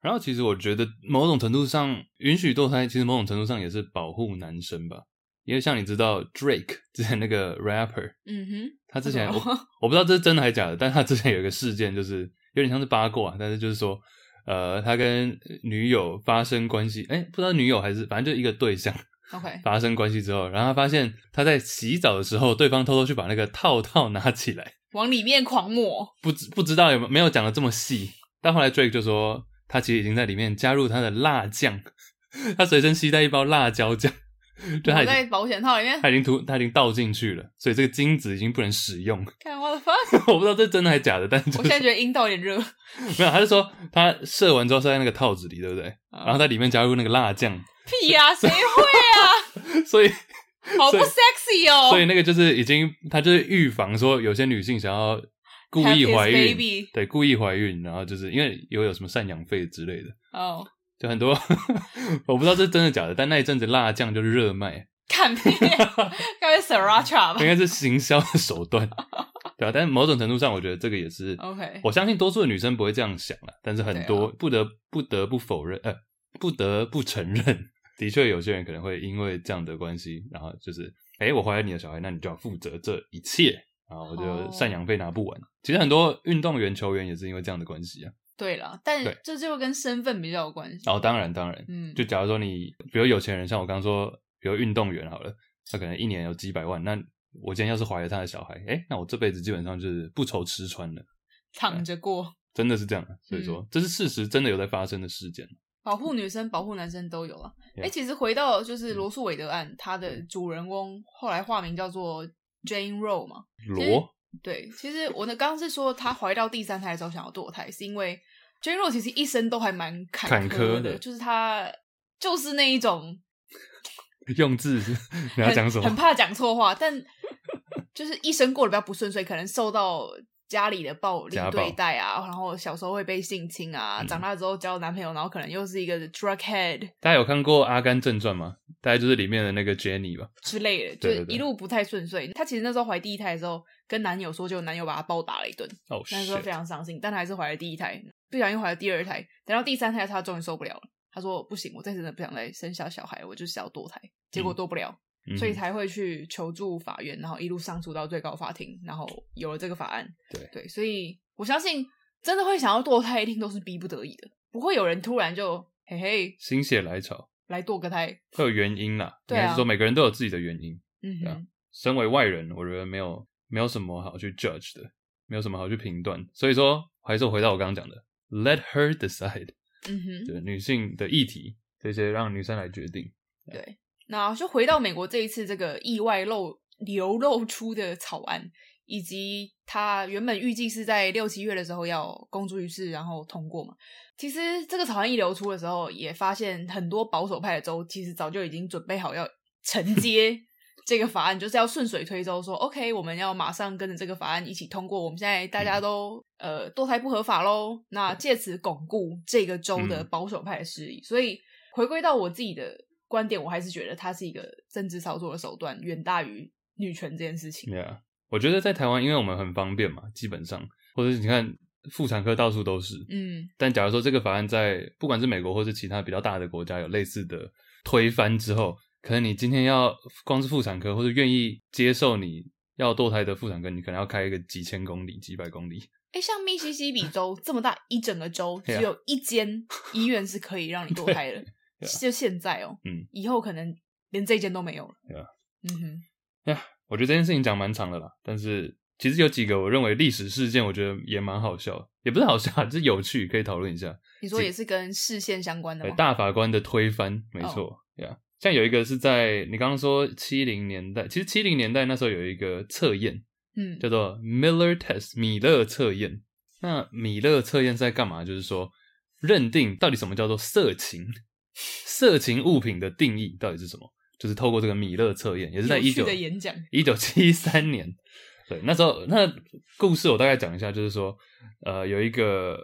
[SPEAKER 1] 然后其实我觉得某种程度上允许堕胎，其实某种程度上也是保护男生吧，因为像你知道 Drake 之前那个 rapper，
[SPEAKER 2] 嗯哼，
[SPEAKER 1] 他之前
[SPEAKER 2] 他
[SPEAKER 1] 我
[SPEAKER 2] 怎么了
[SPEAKER 1] 我不知道这是真的还是假的，但他之前有一个事件，就是有点像是八卦，但是就是说，呃，他跟女友发生关系，哎，不知道女友还是反正就一个对象 [LAUGHS]
[SPEAKER 2] OK，
[SPEAKER 1] 发生关系之后，然后他发现他在洗澡的时候，对方偷偷去把那个套套拿起来，
[SPEAKER 2] 往里面狂抹。
[SPEAKER 1] 不知不知道有没有没有讲的这么细，但后来 Drake 就说他其实已经在里面加入他的辣酱，他随身携带一包辣椒酱，就他
[SPEAKER 2] 我
[SPEAKER 1] 已
[SPEAKER 2] 在
[SPEAKER 1] 经
[SPEAKER 2] 保险套里面
[SPEAKER 1] 他已经涂他已经倒进去了，所以这个精子已经不能使用。 [LAUGHS]
[SPEAKER 2] 看我的 fuck，
[SPEAKER 1] 我不知道这真的还假的，但就
[SPEAKER 2] 我
[SPEAKER 1] 是
[SPEAKER 2] 现在觉得阴道有点热。
[SPEAKER 1] 没有，他就说他射完之后射在那个套子里，对不对？
[SPEAKER 2] 啊
[SPEAKER 1] 然后在里面加入那个辣酱，
[SPEAKER 2] 屁呀、谁会啊？
[SPEAKER 1] 所以
[SPEAKER 2] 好不
[SPEAKER 1] 所以
[SPEAKER 2] sexy 哦。
[SPEAKER 1] 所以那个就是已经，他就是预防说有些女性想要故意
[SPEAKER 2] Have his
[SPEAKER 1] 怀孕
[SPEAKER 2] baby
[SPEAKER 1] 对，故意怀孕，然后就是因为有有什么赡养费之类的，
[SPEAKER 2] 哦，
[SPEAKER 1] 就很多 [LAUGHS] 我不知道这是真的假的，但那一阵子辣酱就是热卖，
[SPEAKER 2] 看屁、啊，该不会 Sriracha 吧
[SPEAKER 1] 应该是行销的手段，对啊，但某种程度上，我觉得这个也是
[SPEAKER 2] ？OK，
[SPEAKER 1] 我相信多数的女生不会这样想了，但是很多、不得不得不否认，呃，不得不承认，的确有些人可能会因为这样的关系，然后就是，哎、我怀了你的小孩，那你就要负责这一切，然后我就
[SPEAKER 2] 哦
[SPEAKER 1] 赡养费拿不完。其实很多运动员、球员也是因为这样的关系啊。
[SPEAKER 2] 对了，但
[SPEAKER 1] 对
[SPEAKER 2] 这就跟身份比较有关系。
[SPEAKER 1] 然后当然当然，
[SPEAKER 2] 嗯，
[SPEAKER 1] 就假如说你，比如有钱人，像我刚刚说，比如运动员好了，他可能一年有几百万，那我今天要是怀了他的小孩，哎、那我这辈子基本上就是不愁吃穿了。
[SPEAKER 2] 躺着过，
[SPEAKER 1] 真的是这样的，所以说、
[SPEAKER 2] 嗯
[SPEAKER 1] 这是事实，真的有在发生的事件。
[SPEAKER 2] 保护女生、保护男生都有了。
[SPEAKER 1] Yeah
[SPEAKER 2] 哎
[SPEAKER 1] 嗯
[SPEAKER 2] 其实回到就是罗素韦德案，他的主人公后来化名叫做 Jane Roe 嘛。
[SPEAKER 1] 罗，
[SPEAKER 2] 对，其实我呢刚刚是说她怀到第三胎的时候想要堕胎，是因为 Jane Roe 其实一生都还蛮坎
[SPEAKER 1] 坎坷
[SPEAKER 2] 坷
[SPEAKER 1] 的
[SPEAKER 2] 就是她就是那一种
[SPEAKER 1] 用字 [LAUGHS] 你要
[SPEAKER 2] 很
[SPEAKER 1] 讲什
[SPEAKER 2] 很
[SPEAKER 1] 么？
[SPEAKER 2] 怕讲错话，但就是一生过得比较不顺遂，可能受到家里的暴力
[SPEAKER 1] 家暴嗯
[SPEAKER 2] 对待啊，然后小时候会被性侵啊，长大之后交男朋友，然后可能又是一个 drug head
[SPEAKER 1] 大家有看过《阿甘正传》吗？大概就是里面的那个 Jenny 吧。
[SPEAKER 2] 之类
[SPEAKER 1] 对
[SPEAKER 2] 的，就
[SPEAKER 1] 对
[SPEAKER 2] 是
[SPEAKER 1] 对
[SPEAKER 2] 一路不太顺遂。她其实那时候怀第一胎的时候，跟男友说，结果男友把她暴打了一顿，
[SPEAKER 1] 哦、
[SPEAKER 2] 那时候
[SPEAKER 1] shit
[SPEAKER 2] 非常伤心，但她还是怀了第一胎，不小心怀了第二胎，等到第三胎的时候她终于受不了了。她说：“不行，我再真的不想再生下小孩，我就是要堕胎。”结果
[SPEAKER 1] 嗯
[SPEAKER 2] 堕不了，
[SPEAKER 1] 嗯
[SPEAKER 2] 所以才会去求助法院，然后一路上诉到最高法庭，然后有了这个法案。
[SPEAKER 1] 对
[SPEAKER 2] 对，所以我相信真的会想要堕胎，一定都是逼不得已的，不会有人突然就嘿嘿
[SPEAKER 1] 心血来潮
[SPEAKER 2] 来堕个胎。
[SPEAKER 1] 会有原因啦。
[SPEAKER 2] 对啊
[SPEAKER 1] 应该是说每个人都有自己的原因。
[SPEAKER 2] 嗯
[SPEAKER 1] 对
[SPEAKER 2] 哼，
[SPEAKER 1] 啊身为外人，我觉得没有没有什么好去 judge 的，没有什么好去评断。所以说，还是我回到我刚刚讲的，let her decide，
[SPEAKER 2] 嗯哼，
[SPEAKER 1] 对女性的议题这些让女生来决定。
[SPEAKER 2] 那就回到美国这一次这个意外漏流露出的草案，以及它原本预计是在六七月的时候要公诸于世，然后通过嘛。其实这个草案一流出的时候，也发现很多保守派的州其实早就已经准备好要承接这个法案，就是要顺水推舟说 OK，我们要马上跟着这个法案一起通过。我们现在大家都、呃堕胎不合法喽，那借此巩固这个州的
[SPEAKER 1] 嗯
[SPEAKER 2] 保守派的势力。所以回归到我自己的观点，我还是觉得它是一个政治操作的手段，远大于女权这件事情。
[SPEAKER 1] Yeah，我觉得在台湾，因为我们很方便嘛，基本上，或者你看妇产科到处都是，
[SPEAKER 2] 嗯，
[SPEAKER 1] 但假如说这个法案在不管是美国或是其他比较大的国家有类似的推翻之后，可能你今天要光是妇产科或者愿意接受你要堕胎的妇产科，你可能要开一个几千公里、几百公里。
[SPEAKER 2] 哎，像密西西比州这么大一整个州，
[SPEAKER 1] [LAUGHS] 对啊
[SPEAKER 2] 只有一间医院是可以让你堕胎的，
[SPEAKER 1] 对啊
[SPEAKER 2] 就现在哦，
[SPEAKER 1] 嗯，
[SPEAKER 2] 以后可能连这间都没有了。
[SPEAKER 1] 对啊
[SPEAKER 2] 嗯哼，
[SPEAKER 1] 我觉得这件事情讲蛮长的啦，但是其实有几个我认为历史事件，我觉得也蛮好笑，也不是好笑，啊就是有趣，可以讨论一下。
[SPEAKER 2] 你说也是哦跟视线相关的
[SPEAKER 1] 呃
[SPEAKER 2] 吗？
[SPEAKER 1] 大法官的推翻，没
[SPEAKER 2] 哦
[SPEAKER 1] 错，呀、像有一个是在你刚刚说七零年代，其实七零年代那时候有一个测验
[SPEAKER 2] 嗯，
[SPEAKER 1] 叫做 Miller Test 米勒测验。那米勒测验是在干嘛？就是说认定到底什么叫做色情，色情物品的定义到底是什么？就是透过这个米勒测验，也是在
[SPEAKER 2] 有趣
[SPEAKER 1] 一九
[SPEAKER 2] 的演讲 [LAUGHS]
[SPEAKER 1] 一九七三年，对，那时候那故事我大概讲一下，就是说，呃，有一个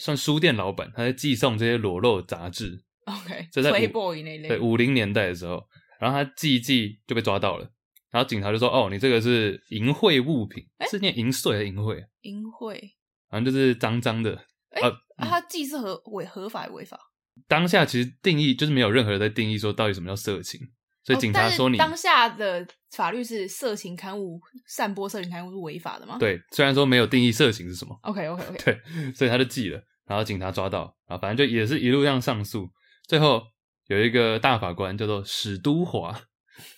[SPEAKER 1] 算书店老板，他在寄送这些裸露杂志，
[SPEAKER 2] OK，
[SPEAKER 1] 这在五
[SPEAKER 2] Playboy 那一类
[SPEAKER 1] 对，五零年代的时候，然后他寄一寄就被抓到了，然后警察就说：“哦，你这个是淫秽物品，是念淫秽还是淫秽？啊
[SPEAKER 2] 淫秽
[SPEAKER 1] 反正就是脏脏的。
[SPEAKER 2] 哎
[SPEAKER 1] 啊，嗯
[SPEAKER 2] 啊，它既是合违合法也违法，
[SPEAKER 1] 当下其实定义就是没有任何人在定义说到底什么叫色情，所以
[SPEAKER 2] 哦
[SPEAKER 1] 警
[SPEAKER 2] 但
[SPEAKER 1] 察
[SPEAKER 2] 是
[SPEAKER 1] 说你、
[SPEAKER 2] 当下的法律是色情刊物散播色情刊物是违法的吗？
[SPEAKER 1] 对，虽然说没有定义色情是什么，
[SPEAKER 2] ，OK OK OK，
[SPEAKER 1] 所以他就寄了。然后警察抓到，然后反正就也是一路这样上诉，最后有一个大法官叫做史都华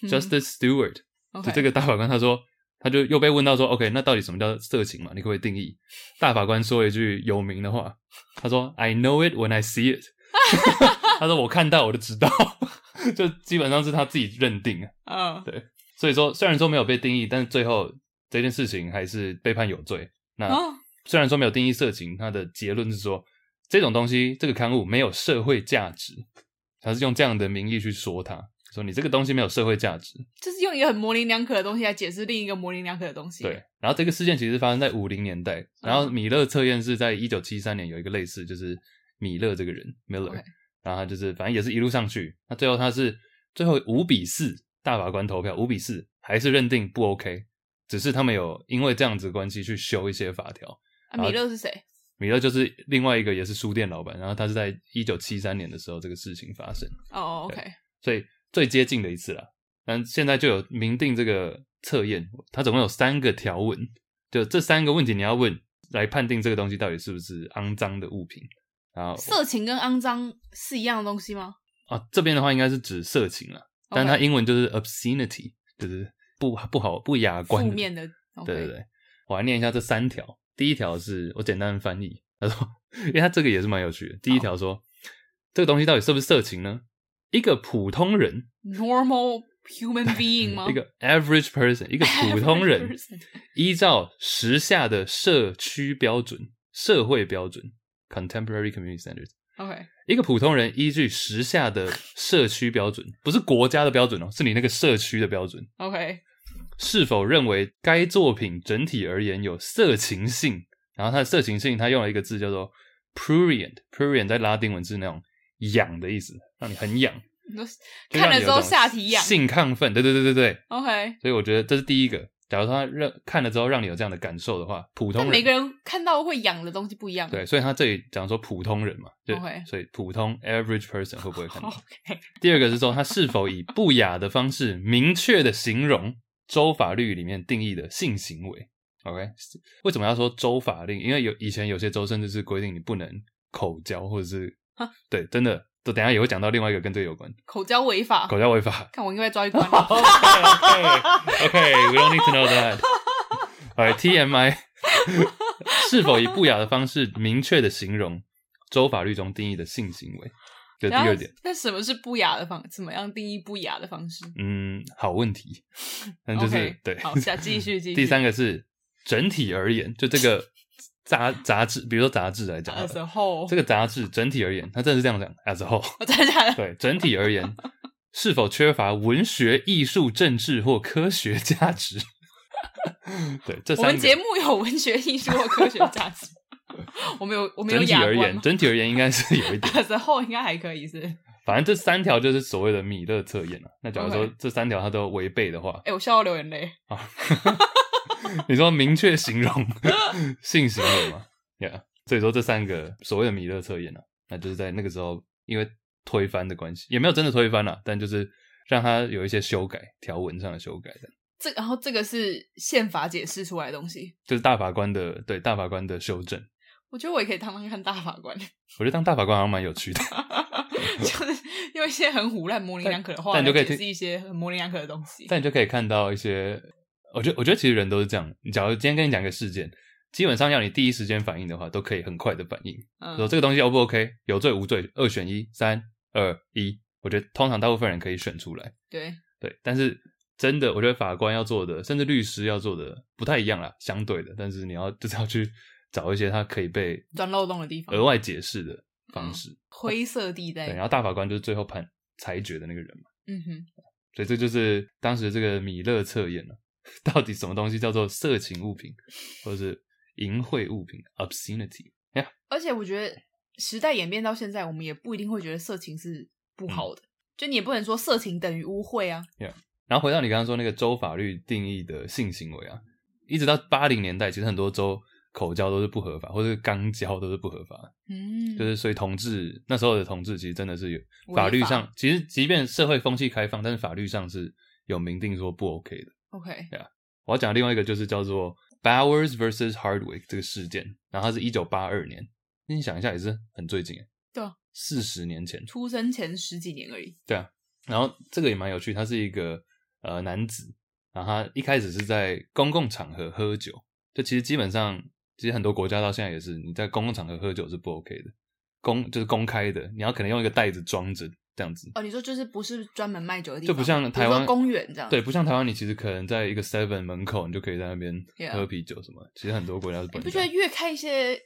[SPEAKER 1] （Justice Stewart），、
[SPEAKER 2] 嗯 OK，
[SPEAKER 1] 就这个大法官他说，他就又被问到说，OK，那到底什么叫色情嘛？你可不可以定义？大法官说了一句有名的话，他说：“I know it when I see it。” [LAUGHS] 他说：“我看到我就知道。” [LAUGHS] 就基本上是他自己认定啊。
[SPEAKER 2] 嗯，
[SPEAKER 1] 对所以说，虽然说没有被定义，但是最后这件事情还是被判有罪。那、
[SPEAKER 2] 哦，
[SPEAKER 1] 虽然说没有定义色情，它的结论是说这种东西，这个刊物没有社会价值，它是用这样的名义去说它，说你这个东西没有社会价值。
[SPEAKER 2] 就是用一个很模棱两可的东西来解释另一个模棱两可的东西。啊
[SPEAKER 1] 对，，然后这个事件其实发生在五零年代，然后米勒测验是在一九七三年有一个类似，就是米勒这个人 Miller，、
[SPEAKER 2] OK
[SPEAKER 1] 然后他就是反正也是一路上去，那最后他是最后五比四大法官投票五比四还是认定不 OK，只是他们有因为这样子的关系去修一些法条，
[SPEAKER 2] 啊，米勒是谁？
[SPEAKER 1] 米勒就是另外一个也是书店老板，然后他是在一九七三年的时候这个事情发生，
[SPEAKER 2] 哦，OK，
[SPEAKER 1] 所以最接近的一次啦。但现在就有明定这个测验，它总共有三个条文，就这三个问题你要问来判定这个东西到底是不是肮脏的物品。然后
[SPEAKER 2] 色情跟肮脏是一样的东西吗？
[SPEAKER 1] 啊，这边的话应该是指色情啦，但它
[SPEAKER 2] OK
[SPEAKER 1] 英文就是 obscenity，就是不不好不雅观
[SPEAKER 2] 负
[SPEAKER 1] 的
[SPEAKER 2] 面的，
[SPEAKER 1] 对对，对，我来念一下这三条。第一条是我简单翻译，他说，因为他这个也是蛮有趣的。第一条说，这个东西到底是不是色情呢？一个普通人，
[SPEAKER 2] normal human being 吗？
[SPEAKER 1] [LAUGHS] 一个 average person，一个普通
[SPEAKER 2] Average
[SPEAKER 1] 人
[SPEAKER 2] person， [LAUGHS]
[SPEAKER 1] 依照时下的社区标准、社会标准 （contemporary community standards），
[SPEAKER 2] OK，
[SPEAKER 1] 一个普通人依据时下的社区标准，不是国家的标准哦，是你那个社区的标准，
[SPEAKER 2] OK，
[SPEAKER 1] 是否认为该作品整体而言有色情性？然后它的色情性，它用了一个字叫做 prurient，prurient 在拉丁文是那种痒的意思，让你很痒，
[SPEAKER 2] 你说
[SPEAKER 1] 就让
[SPEAKER 2] 看
[SPEAKER 1] 你有
[SPEAKER 2] 了之后
[SPEAKER 1] 一种
[SPEAKER 2] 下体痒
[SPEAKER 1] 性亢奋。对对对对对，
[SPEAKER 2] OK，
[SPEAKER 1] 所以我觉得这是第一个。假如他让看了之后让你有这样的感受的话，普
[SPEAKER 2] 但
[SPEAKER 1] 通
[SPEAKER 2] 每
[SPEAKER 1] 人
[SPEAKER 2] 个人看到会痒的东西不一样。
[SPEAKER 1] 对，所以他这里讲说普通人嘛，对
[SPEAKER 2] 嗯 OK
[SPEAKER 1] 所以普通 average person 会不会看到？
[SPEAKER 2] [LAUGHS] ，OK，
[SPEAKER 1] 第二个是说他是否以不雅的方式明确的形容州法律里面定义的性行为。OK，为什么要说州法令？因为有以前有些州甚至是规定你不能口交，或者是
[SPEAKER 2] 啊
[SPEAKER 1] 对，真的，都等一下也会讲到另外一个跟这个有关，
[SPEAKER 2] 口交违法，
[SPEAKER 1] 口交违法。
[SPEAKER 2] 看我应该被抓去
[SPEAKER 1] [LAUGHS]
[SPEAKER 2] 关了。
[SPEAKER 1] OK OK OK，we、don't need to know that。All right TMI，是否以不雅的方式明确的形容州法律中定义的性行为？这第
[SPEAKER 2] 然后
[SPEAKER 1] 二点。，
[SPEAKER 2] 那什么是不雅的方？怎么样定义不雅的方式？
[SPEAKER 1] 嗯，好问题。那就是
[SPEAKER 2] OK，
[SPEAKER 1] 对。
[SPEAKER 2] 好下继续继
[SPEAKER 1] [LAUGHS]
[SPEAKER 2] 续
[SPEAKER 1] 第三个是整体而言，就这个杂杂志，比如说杂志来讲好了，
[SPEAKER 2] as a whole，
[SPEAKER 1] 这个杂志整体而言，它真的是这样讲，as a whole，
[SPEAKER 2] 我真的假的？
[SPEAKER 1] 对，整体而言是否缺乏文学、艺术、政治或科学价值？ [LAUGHS] 对，这
[SPEAKER 2] 我
[SPEAKER 1] 三
[SPEAKER 2] 们节
[SPEAKER 1] 个
[SPEAKER 2] 目有文学、艺术和科学
[SPEAKER 1] [LAUGHS]
[SPEAKER 2] 价值。我们有我们有
[SPEAKER 1] 整体
[SPEAKER 2] 雅
[SPEAKER 1] 而
[SPEAKER 2] 观
[SPEAKER 1] 言，
[SPEAKER 2] 吗
[SPEAKER 1] 整体而言应该是有一点。
[SPEAKER 2] ？as a whole 应该还可以是。
[SPEAKER 1] 反正这三条就是所谓的米勒测验了、那假如说
[SPEAKER 2] OK
[SPEAKER 1] 这三条它都违背的话， [LAUGHS]
[SPEAKER 2] 哎，我笑到流眼泪。
[SPEAKER 1] 你说明确形容 [LAUGHS] 性行为嘛？Yeah，所以说这三个所谓的米勒测验啊，那就是在那个时候因为推翻的关系，也没有真的推翻了、但就是让它有一些修改条文上的修改的，
[SPEAKER 2] 这然后这个是宪法解释出来的东西，
[SPEAKER 1] 就是大法官的对大法官的修正。
[SPEAKER 2] 我觉得我也可以当当看大法官， [LAUGHS]
[SPEAKER 1] 我觉得当大法官好像蛮有趣的，
[SPEAKER 2] 就是用一些很胡乱模棱两可的话，
[SPEAKER 1] 但但你就可以
[SPEAKER 2] 解释
[SPEAKER 1] 听
[SPEAKER 2] 一些很模棱两可的东西。
[SPEAKER 1] 但你就可以看到一些，我觉得我觉得其实人都是这样。假如今天跟你讲一个事件，基本上要你第一时间反应的话，都可以很快的反应。说
[SPEAKER 2] 嗯，
[SPEAKER 1] 这个东西 O 不 OK，有罪无罪，二选一，三二一，我觉得通常大部分人可以选出来。
[SPEAKER 2] 对，
[SPEAKER 1] 对，但是真的，我觉得法官要做的，甚至律师要做的不太一样啦，相对的。但是你要就是要去找一些他可以被
[SPEAKER 2] 钻漏洞的地方
[SPEAKER 1] 额外解释的方式。
[SPEAKER 2] 灰色地
[SPEAKER 1] 对，然
[SPEAKER 2] 带。
[SPEAKER 1] 后大法官就是最后判裁决的那个人嘛，
[SPEAKER 2] 嗯哼，
[SPEAKER 1] 所以这就是当时这个米勒测验了、 [LAUGHS] 到底什么东西叫做色情物品，或者是淫秽物品 （obscenity）。
[SPEAKER 2] 而且我觉得时代演变到现在，我们也不一定会觉得色情是不好的，就你也不能说色情等于污秽啊。
[SPEAKER 1] 然后回到你刚刚说那个州法律定义的性行为啊，一直到八零年代，其实很多州口交都是不合法，或者是肛交都是不合法的。
[SPEAKER 2] 嗯，
[SPEAKER 1] 就是所以同志那时候的同志其实真的是有
[SPEAKER 2] 违
[SPEAKER 1] 法律
[SPEAKER 2] 法
[SPEAKER 1] 上，其实即便社会风气开放，但是法律上是有明定说不 OK 的。
[SPEAKER 2] OK，
[SPEAKER 1] 我要讲另外一个就是叫做 Bowers vs Hardwick 这个事件，然后它是一九八二年，你想一下也是很最近欸，
[SPEAKER 2] 对啊
[SPEAKER 1] 四十年前，
[SPEAKER 2] 出生前十几年而已。
[SPEAKER 1] 对啊，然后这个也蛮有趣，他是一个呃男子，然后他一开始是在公共场合喝酒，就其实基本上，其实很多国家到现在也是，你在公共场合喝酒是不 OK 的，公就是公开的，你要可能用一个袋子装着这样子，
[SPEAKER 2] 哦，你说就是不是专门卖酒的地
[SPEAKER 1] 就
[SPEAKER 2] 方，
[SPEAKER 1] 不像
[SPEAKER 2] 比如
[SPEAKER 1] 台
[SPEAKER 2] 说
[SPEAKER 1] 湾
[SPEAKER 2] 公园这样。
[SPEAKER 1] 对，不像台湾，你其实可能在一个 Seven 门口，你就可以在那边
[SPEAKER 2] Yeah
[SPEAKER 1] 喝啤酒什么的其实很多国家是不能
[SPEAKER 2] 你不
[SPEAKER 1] 这
[SPEAKER 2] 觉得
[SPEAKER 1] 样。
[SPEAKER 2] 越看一些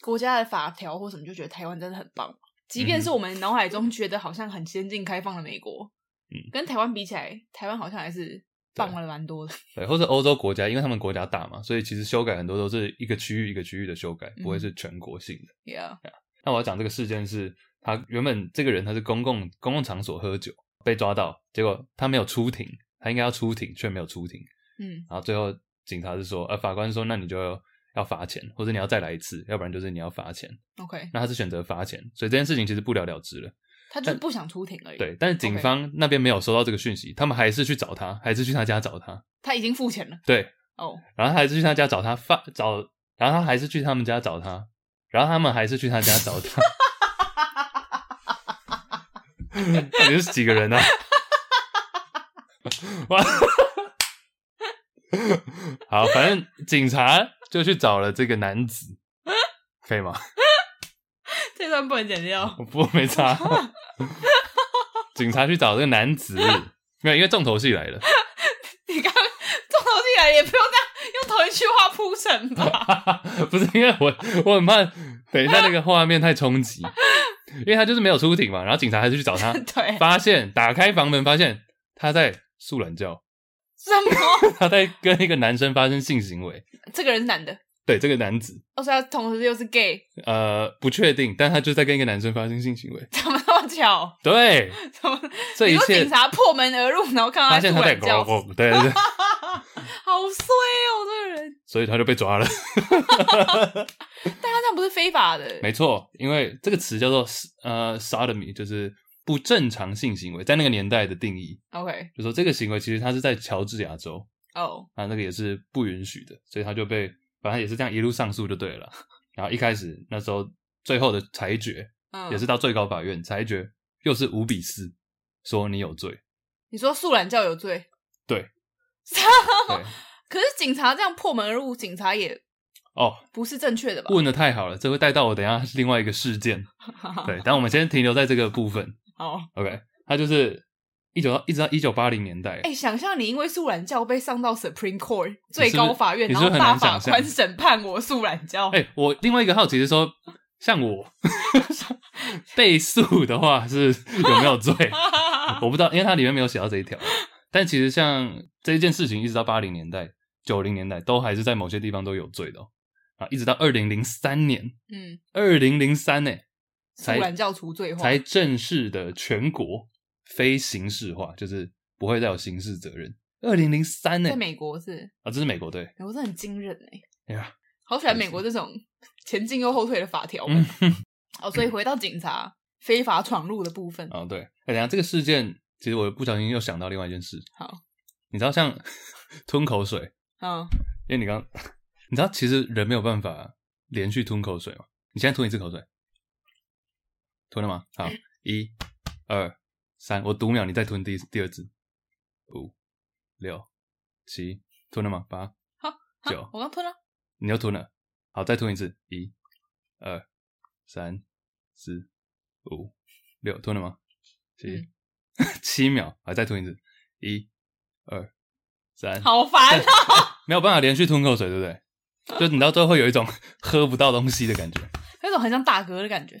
[SPEAKER 2] 国家的法条或什么，就觉得台湾真的很棒吗？
[SPEAKER 1] 嗯
[SPEAKER 2] 即便是我们脑海中觉得好像很先进开放的美国，
[SPEAKER 1] 嗯
[SPEAKER 2] 跟台湾比起来，台湾好像还是棒了蛮多的。
[SPEAKER 1] 对，或者欧洲国家，因为他们国家大嘛，所以其实修改很多都是一个区域一个区域的修改，不会是全国性的。
[SPEAKER 2] yeah，
[SPEAKER 1] 那我要讲这个事件是，他原本这个人他是公共公共场所喝酒被抓到，结果他没有出庭，他应该要出庭却没有出庭，
[SPEAKER 2] 嗯，
[SPEAKER 1] 然后最后警察是说，呃，法官说那你就要罚钱，或者你要再来一次，要不然就是你要罚钱。
[SPEAKER 2] OK，
[SPEAKER 1] 那他是选择罚钱，所以这件事情其实不了了之了。
[SPEAKER 2] 他就是不想出庭而已。
[SPEAKER 1] 对，但是警
[SPEAKER 2] OK
[SPEAKER 1] 方那边没有收到这个讯息，他们还是去找他，还是去他家找他。
[SPEAKER 2] 他已经付钱了。
[SPEAKER 1] 对，
[SPEAKER 2] 哦，
[SPEAKER 1] 然后他还是去他家找他发找，然后他还是去他们家找他，然后他们还是去他家找他。到底是几个人啊？ [LAUGHS] 哇！好，反正警察就去找了这个男子，可以吗？
[SPEAKER 2] 这段不能剪掉。
[SPEAKER 1] 我不没差。警察去找这个男子，没有，因为重头戏来了。
[SPEAKER 2] [LAUGHS] 你刚刚重头进来也不用这样用同一句话铺陈
[SPEAKER 1] [LAUGHS]
[SPEAKER 2] 吧？
[SPEAKER 1] 不是因为我我很怕，等一下那个画面太冲
[SPEAKER 2] [LAUGHS]
[SPEAKER 1] 击，因为他就是没有出庭嘛，然后警察还是去找他，
[SPEAKER 2] 对，
[SPEAKER 1] 发现打开房门，发现他在素懒觉， [LAUGHS]
[SPEAKER 2] 什么？
[SPEAKER 1] 他在跟一个男生发生性行为。
[SPEAKER 2] 这个人是男的，
[SPEAKER 1] 对，这个男子
[SPEAKER 2] 而且他同时又是 gay， [LAUGHS]
[SPEAKER 1] 呃不确定，但他就在跟一个男生发生性行为。
[SPEAKER 2] 怎么那么巧？
[SPEAKER 1] 对，
[SPEAKER 2] [LAUGHS] 怎么？
[SPEAKER 1] 这一
[SPEAKER 2] 你说
[SPEAKER 1] 切
[SPEAKER 2] 警察破门而入，然后看到
[SPEAKER 1] 发
[SPEAKER 2] 他
[SPEAKER 1] 现
[SPEAKER 2] 突
[SPEAKER 1] 他在
[SPEAKER 2] 然叫
[SPEAKER 1] 狗，狗，对对对，
[SPEAKER 2] 好衰哦，这个人。
[SPEAKER 1] 所以他就被抓了。 [LAUGHS]
[SPEAKER 2] 但他这样不是非法的，
[SPEAKER 1] 没错，因为这个词叫做呃 sodomy，就是不正常性行为，在那个年代的定义，
[SPEAKER 2] OK，
[SPEAKER 1] 就说这个行为其实它是在乔治亚州，
[SPEAKER 2] 哦、
[SPEAKER 1] 啊，那个也是不允许的，所以他就被反正也是这样一路上诉就对了。 [LAUGHS] 然后一开始那时候最后的裁决
[SPEAKER 2] 嗯，
[SPEAKER 1] 也是。到最高法院裁决，又是五比四，说你有罪。
[SPEAKER 2] 你说素懒教有罪，
[SPEAKER 1] 对，
[SPEAKER 2] 可是警察这样破门而入，警察也
[SPEAKER 1] 哦，
[SPEAKER 2] 不是正确的吧？
[SPEAKER 1] 问的太好了，这会带到我等一下另外一个事件。对，但我们先停留在这个部分。
[SPEAKER 2] 好，
[SPEAKER 1] OK，他就是一九到一直到一九八零年代，
[SPEAKER 2] 哎、想象你因为素懒教被上到 Supreme Court
[SPEAKER 1] 是不是
[SPEAKER 2] 最高法院，
[SPEAKER 1] 你是
[SPEAKER 2] 然
[SPEAKER 1] 不
[SPEAKER 2] 后
[SPEAKER 1] 是很
[SPEAKER 2] 大
[SPEAKER 1] 难
[SPEAKER 2] 法
[SPEAKER 1] 想
[SPEAKER 2] 官
[SPEAKER 1] 象
[SPEAKER 2] 审判我素懒教，
[SPEAKER 1] 哎、我另外一个好奇是说，像我 [LAUGHS] 被诉的话是有没有罪？我不知道，因为它里面没有写到这一条。但其实像这件事情，一直到八零年代、九零年代，都还是在某些地方都有罪的、哦、啊，一直到二零零三年，
[SPEAKER 2] [LAUGHS] 嗯，
[SPEAKER 1] 二零零三呢
[SPEAKER 2] 素
[SPEAKER 1] 才
[SPEAKER 2] 懒教除罪化
[SPEAKER 1] 才正式的全国非刑事化，就是不会再有刑事责任。二零零三呢
[SPEAKER 2] 在美国是，
[SPEAKER 1] 啊，这是美国对，
[SPEAKER 2] 美国真的很惊人哎、
[SPEAKER 1] 哎呀，
[SPEAKER 2] 好喜欢美国这种前进又后退的法条、
[SPEAKER 1] 嗯。
[SPEAKER 2] [LAUGHS] 哦，所以回到警察非法闯入的部分，
[SPEAKER 1] 哦，对，哎，等一下这个事件，其实我不小心又想到另外一件事。
[SPEAKER 2] 好，
[SPEAKER 1] 你知道像 [LAUGHS] 吞口水，
[SPEAKER 2] 嗯，
[SPEAKER 1] 因为你刚， [LAUGHS] 你知道其实人没有办法连续吞口水嘛？你现在吞一次口水，吞了吗？好，一、二、三，我读秒，你再吞第一第二次，五、六、七，吞了吗？八，
[SPEAKER 2] 哈
[SPEAKER 1] 九
[SPEAKER 2] 我刚吞了，
[SPEAKER 1] 你又吞了，好，再吞一次，一、二、三、四、五、六，吞了吗？七、
[SPEAKER 2] 嗯
[SPEAKER 1] [LAUGHS] 七秒，好，再吞一次，一、二、三，
[SPEAKER 2] 好烦啊！
[SPEAKER 1] 没有办法连续吞口水，对不对？就你到最后会有一种 [LAUGHS] 喝不到东西的感觉，
[SPEAKER 2] 有种很像打嗝的感觉。 [LAUGHS]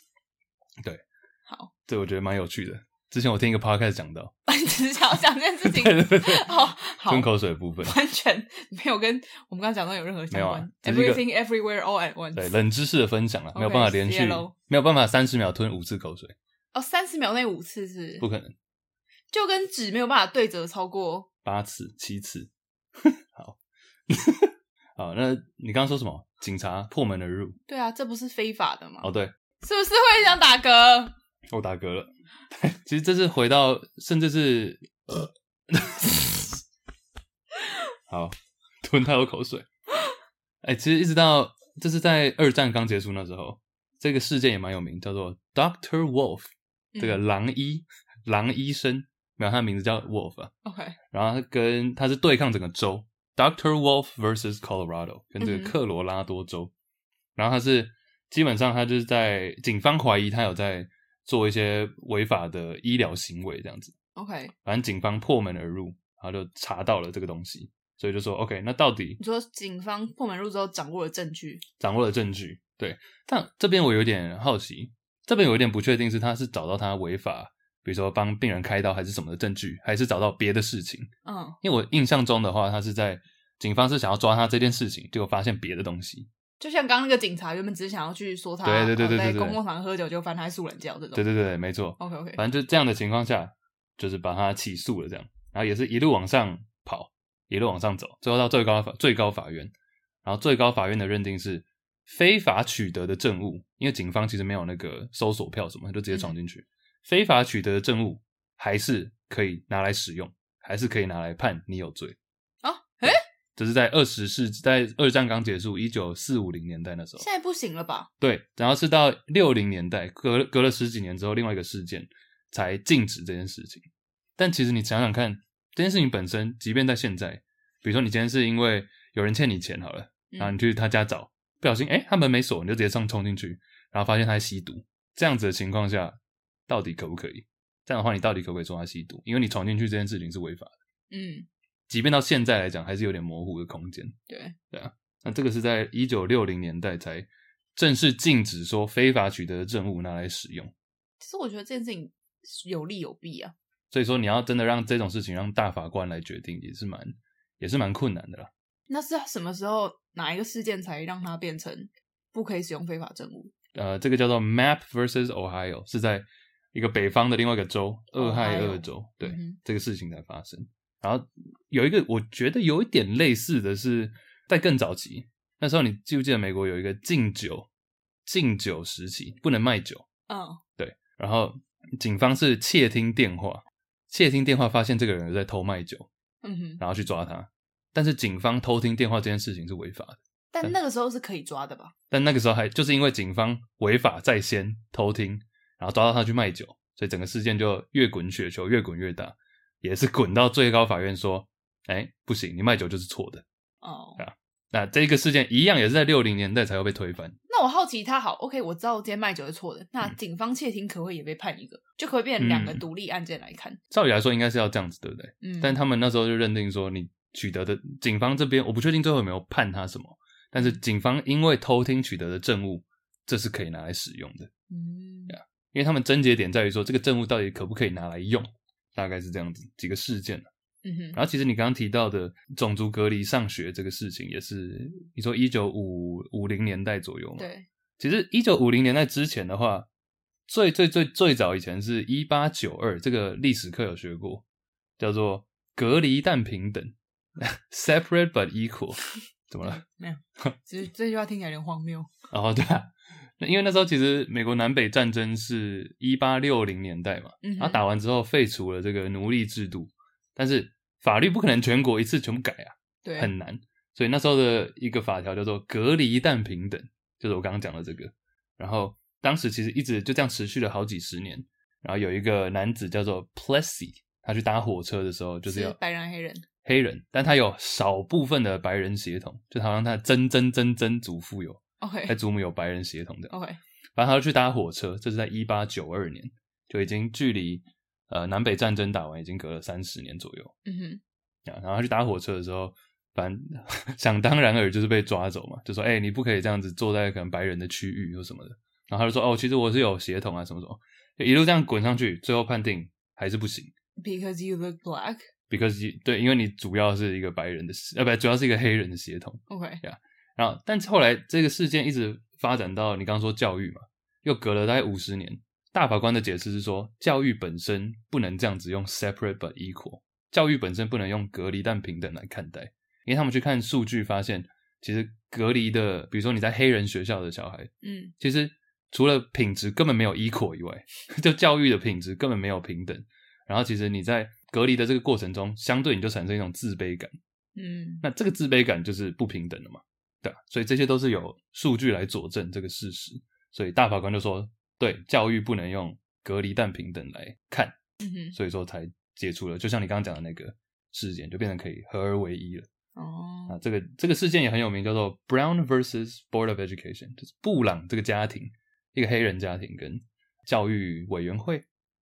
[SPEAKER 1] 这我觉得蛮有趣的。之前我听一个 podcast 讲到，
[SPEAKER 2] 你只是想要讲这件事情，
[SPEAKER 1] 对对对，
[SPEAKER 2] 好好，
[SPEAKER 1] 吞口水的部分，
[SPEAKER 2] 完全没有跟我们刚刚讲到有任何相关。
[SPEAKER 1] 没有啊只是
[SPEAKER 2] Everything everywhere all at once。 [LAUGHS]
[SPEAKER 1] 对冷知识的分享了，啊
[SPEAKER 2] OK，
[SPEAKER 1] 没有办法连续
[SPEAKER 2] CLO，
[SPEAKER 1] 没有办法三十秒吞五次口水，
[SPEAKER 2] 哦，三十秒内五次是
[SPEAKER 1] 不可能，
[SPEAKER 2] 就跟纸没有办法对折超过。
[SPEAKER 1] 八次、七次， [LAUGHS] 好， [LAUGHS] 好，那你刚刚说什么？警察破门而入？
[SPEAKER 2] 对啊，这不是非法的吗？
[SPEAKER 1] 哦，对，
[SPEAKER 2] 是不是会想打嗝？
[SPEAKER 1] 我打嗝了。 [LAUGHS] 其实这是回到，甚至是，好吞太多口水。哎、其实一直到这是在二战刚结束那时候，这个事件也蛮有名，叫做 Doctor Wolf，这个
[SPEAKER 2] 嗯
[SPEAKER 1] 狼医、狼医生，没有他的名字叫 Wolf 啊。
[SPEAKER 2] OK，
[SPEAKER 1] 然后他跟他是对抗整个州，Doctor Wolf versus Colorado，跟这
[SPEAKER 2] 嗯
[SPEAKER 1] 个
[SPEAKER 2] 哼
[SPEAKER 1] 科罗拉多州。然后他是基本上他就是在警方怀疑他有在做一些违法的医疗行为这样子，
[SPEAKER 2] OK，
[SPEAKER 1] 反正警方破门而入，然后就查到了这个东西，所以就说 OK，那到底
[SPEAKER 2] 你说警方破门入之后掌握了证据，
[SPEAKER 1] 掌握了证据？对，但这边我有点好奇，这边有点不确定是他是找到他违法，比如说帮病人开刀还是什么的证据，还是找到别的事情。
[SPEAKER 2] 嗯，
[SPEAKER 1] 因为我印象中的话，他是在警方是想要抓他这件事情，结果发现别的东西。
[SPEAKER 2] 就像刚刚那个警察原本只是想要去说他
[SPEAKER 1] 对对对
[SPEAKER 2] 呃
[SPEAKER 1] 对对
[SPEAKER 2] 在
[SPEAKER 1] 对
[SPEAKER 2] 公共场合喝酒就翻他素人教这种。
[SPEAKER 1] 对对对，没错。
[SPEAKER 2] OK OK，
[SPEAKER 1] 反正就这样的情况下，就是把他起诉了，这样，然后也是一路往上跑，一路往上走，最后到最高法最高法院，然后最高法院的认定是非法取得的证物，因为警方其实没有那个搜索票什么，就直接闯进去，非法取得的证物还是可以拿来使用，还是可以拿来判你有罪。
[SPEAKER 2] 啊，哎、
[SPEAKER 1] 这是在二十世纪，在二战刚结束，一九四五零年代那时候
[SPEAKER 2] 现，在不行了吧？
[SPEAKER 1] 对，然后是到六零年代，隔了隔了十几年之后，另外一个事件才禁止这件事情。但其实你想想看，这件事情本身，即便在现在，比如说你今天是因为有人欠你钱好了，然后
[SPEAKER 2] 嗯
[SPEAKER 1] 你去他家找，不小心哎、诶他门没锁，你就直接上冲进去，然后发现他在吸毒，这样子的情况下，到底可不可以？这样的话，你到底可不可以说他吸毒？因为你闯进去这件事情是违法的，
[SPEAKER 2] 嗯，
[SPEAKER 1] 即便到现在来讲，还是有点模糊的空间。啊
[SPEAKER 2] 对，
[SPEAKER 1] 那这个是在一九六零年代才正式禁止说非法取得的证物拿来使用。
[SPEAKER 2] 其实我觉得这件事情是有利有弊啊。
[SPEAKER 1] 所以说，你要真的让这种事情让大法官来决定，也是蛮也是蛮困难的啦。
[SPEAKER 2] 那是什么时候哪一个事件才让它变成不可以使用非法证物？
[SPEAKER 1] 呃，这个叫做 Map versus Ohio，是在一个北方的另外一个州——俄亥俄州，对、
[SPEAKER 2] 嗯哼
[SPEAKER 1] 这个事情才发生。然后有一个我觉得有一点类似的是，在更早期那时候，你记不记得美国有一个禁酒禁酒时期，不能卖酒？
[SPEAKER 2] 嗯，
[SPEAKER 1] 然后警方是窃听电话，窃听电话发现这个人有在偷卖酒，
[SPEAKER 2] 嗯哼，
[SPEAKER 1] 然后去抓他。但是警方偷听电话这件事情是违法的，
[SPEAKER 2] 但那个时候是可以抓的吧？
[SPEAKER 1] 但那个时候还就是因为警方违法在先偷听，然后抓到他去卖酒，所以整个事件就越滚雪球越滚越大，也是滚到最高法院说，哎，不行，你卖酒就是错的。
[SPEAKER 2] 哦，
[SPEAKER 1] 那这个事件一样也是在六零年代才会被推翻，
[SPEAKER 2] 那我好奇他好，OK，我知道今天卖酒是错的，那警方窃听可不可以也被判一个，就可不可以变成两个
[SPEAKER 1] 嗯
[SPEAKER 2] 独立案件来看？
[SPEAKER 1] 照理来说应该是要这样子，对不对？
[SPEAKER 2] 嗯，
[SPEAKER 1] 但他们那时候就认定说，你取得的警方这边，我不确定最后有没有判他什么，但是警方因为偷听取得的证物，这是可以拿来使用的，
[SPEAKER 2] 嗯，
[SPEAKER 1] 因为他们症结点在于说，这个证物到底可不可以拿来用，大概是这样子几个事件。
[SPEAKER 2] 嗯哼，
[SPEAKER 1] 然后其实你刚刚提到的种族隔离上学这个事情，也是你说一九五五零年代左右嘛，
[SPEAKER 2] 对，
[SPEAKER 1] 其实一九五零年代之前的话，最最最最早以前是一八九二，这个历史课有学过，叫做隔离但平等 [LAUGHS] （separate but equal）。怎 [LAUGHS] 么了？
[SPEAKER 2] 没有，其实这句话听起来有点荒谬。
[SPEAKER 1] 哦，对啊，那因为那时候其实美国南北战争是一八六零年代嘛，
[SPEAKER 2] 嗯哼，
[SPEAKER 1] 然后打完之后废除了这个奴隶制度，但是法律不可能全国一次全部改啊，
[SPEAKER 2] 对，
[SPEAKER 1] 很难。所以那时候的一个法条叫做“隔离但平等”，就是我刚刚讲的这个。然后当时其实一直就这样持续了好几十年。然后有一个男子叫做 Plessy，他去搭火车的时候就是要
[SPEAKER 2] 白人黑人，
[SPEAKER 1] 黑人，但他有少部分的白人血统，就好像他的曾曾曾曾祖父有，
[SPEAKER 2] OK
[SPEAKER 1] 他祖母有白人血统的。
[SPEAKER 2] [LAUGHS] OK，
[SPEAKER 1] 反正他要去搭火车，这是在一八九二年，就已经距离呃南北战争打完已经隔了三十年左右。
[SPEAKER 2] 嗯哼，
[SPEAKER 1] 啊，然后他去搭火车的时候，反正 [LAUGHS] 想当然尔就是被抓走嘛，就说哎、你不可以这样子坐在可能白人的区域或什么的。然后他就说哦，其实我是有血统啊，什么什么，就一路这样滚上去，最后判定还是不行
[SPEAKER 2] ，Because you look black。
[SPEAKER 1] ，because you- 对，因为你主要是一个白人的血，呃，不，主要是一个黑人的血统。
[SPEAKER 2] OK，
[SPEAKER 1] 然后，但是后来这个事件一直发展到你刚刚说教育嘛，又隔了大概五十年。大法官的解释是说，教育本身不能这样子用 separate but equal，教育本身不能用隔离但平等来看待，因为他们去看数据发现，其实隔离的，比如说你在黑人学校的小孩，
[SPEAKER 2] 嗯
[SPEAKER 1] 其实除了品质根本没有 equal 以外， [LAUGHS] 就教育的品质根本没有平等。然后其实你在隔离的这个过程中，相对你就产生一种自卑感。
[SPEAKER 2] 嗯
[SPEAKER 1] 那这个自卑感就是不平等的嘛，对啊，所以这些都是有数据来佐证这个事实，所以大法官就说，对，教育不能用隔离但平等来看，
[SPEAKER 2] 嗯哼，
[SPEAKER 1] 所以说才解除了，就像你刚刚讲的那个事件，就变成可以合而为一了。啊，
[SPEAKER 2] 哦，
[SPEAKER 1] 这个这个事件也很有名，叫做 Brown versus Board of Education，就是布朗这个家庭，一个黑人家庭跟教育委员会，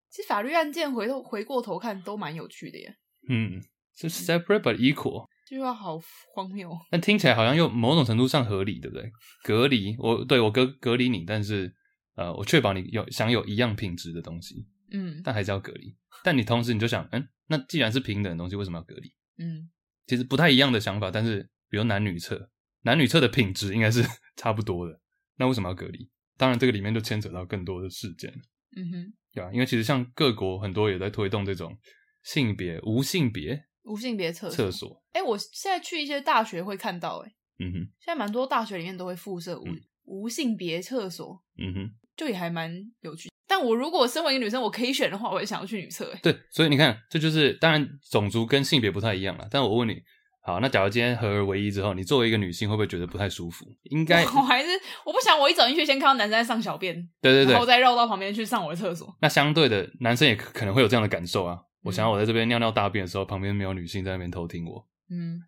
[SPEAKER 2] 其实法律案件回头回过头看都蛮有趣的耶，
[SPEAKER 1] 嗯，是 separate but equal，
[SPEAKER 2] 这句话好荒谬。
[SPEAKER 1] 但听起来好像又某种程度上合理，对不对？隔离我对我隔隔离你，但是呃，我确保你有享有一样品质的东西，
[SPEAKER 2] 嗯
[SPEAKER 1] 但还是要隔离。但你同时你就想，嗯，那既然是平等的东西，为什么要隔离？
[SPEAKER 2] 嗯，
[SPEAKER 1] 其实不太一样的想法，但是比如男女厕，男女厕的品质应该是 [LAUGHS] 差不多的，那为什么要隔离？当然，这个里面就牵扯到更多的事件，
[SPEAKER 2] 嗯哼，
[SPEAKER 1] 对吧、因为其实像各国很多也在推动这种性别无性别
[SPEAKER 2] 无性别厕
[SPEAKER 1] 厕。所，
[SPEAKER 2] 哎、我现在去一些大学会看到、欸，哎，
[SPEAKER 1] 嗯哼，
[SPEAKER 2] 现在蛮多大学里面都会附设无、
[SPEAKER 1] 嗯
[SPEAKER 2] 无性别厕所，
[SPEAKER 1] 嗯哼，
[SPEAKER 2] 就也还蛮有趣。但我如果身为一个女生，我可以选的话，我也想要去女厕、欸。
[SPEAKER 1] 对，所以你看，这就是当然种族跟性别不太一样了，但我问你。好，那假如今天合而为一之后，你作为一个女性，会不会觉得不太舒服？应该，
[SPEAKER 2] [LAUGHS] 我还是我不想，我一走进去先看到男生在上小便，
[SPEAKER 1] 对对对
[SPEAKER 2] 然后，再绕到旁边去上我的厕所。
[SPEAKER 1] 那相对的，男生也可可能会有这样的感受啊。我
[SPEAKER 2] 嗯
[SPEAKER 1] 想要我在这边尿尿大便的时候，旁边没有女性在那边偷听我，
[SPEAKER 2] 嗯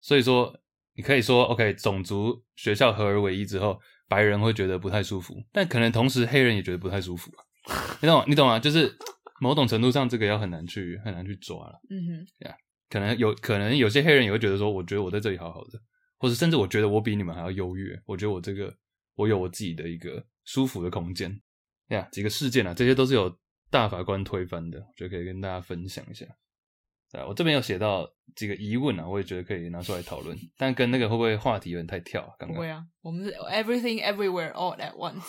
[SPEAKER 1] 所以说，你可以说 OK，种族学校合而为一之后，白人会觉得不太舒服，但可能同时黑人也觉得不太舒服啊、你懂你懂吗？就是某种程度上，这个要很难去很难去抓了。
[SPEAKER 2] 嗯哼，
[SPEAKER 1] 可能有可能有些黑人也会觉得说，我觉得我在这里好好的，或者甚至我觉得我比你们还要优越，我觉得我这个我有我自己的一个舒服的空间。呀，几个事件啊，这些都是有大法官推翻的，我觉得可以跟大家分享一下。对啊，我这边有写到几个疑问啊，我也觉得可以拿出来讨论，但跟那个会不会话题有点太跳、啊？刚
[SPEAKER 2] 不
[SPEAKER 1] 刚
[SPEAKER 2] 会，啊，我们是 everything everywhere all at once。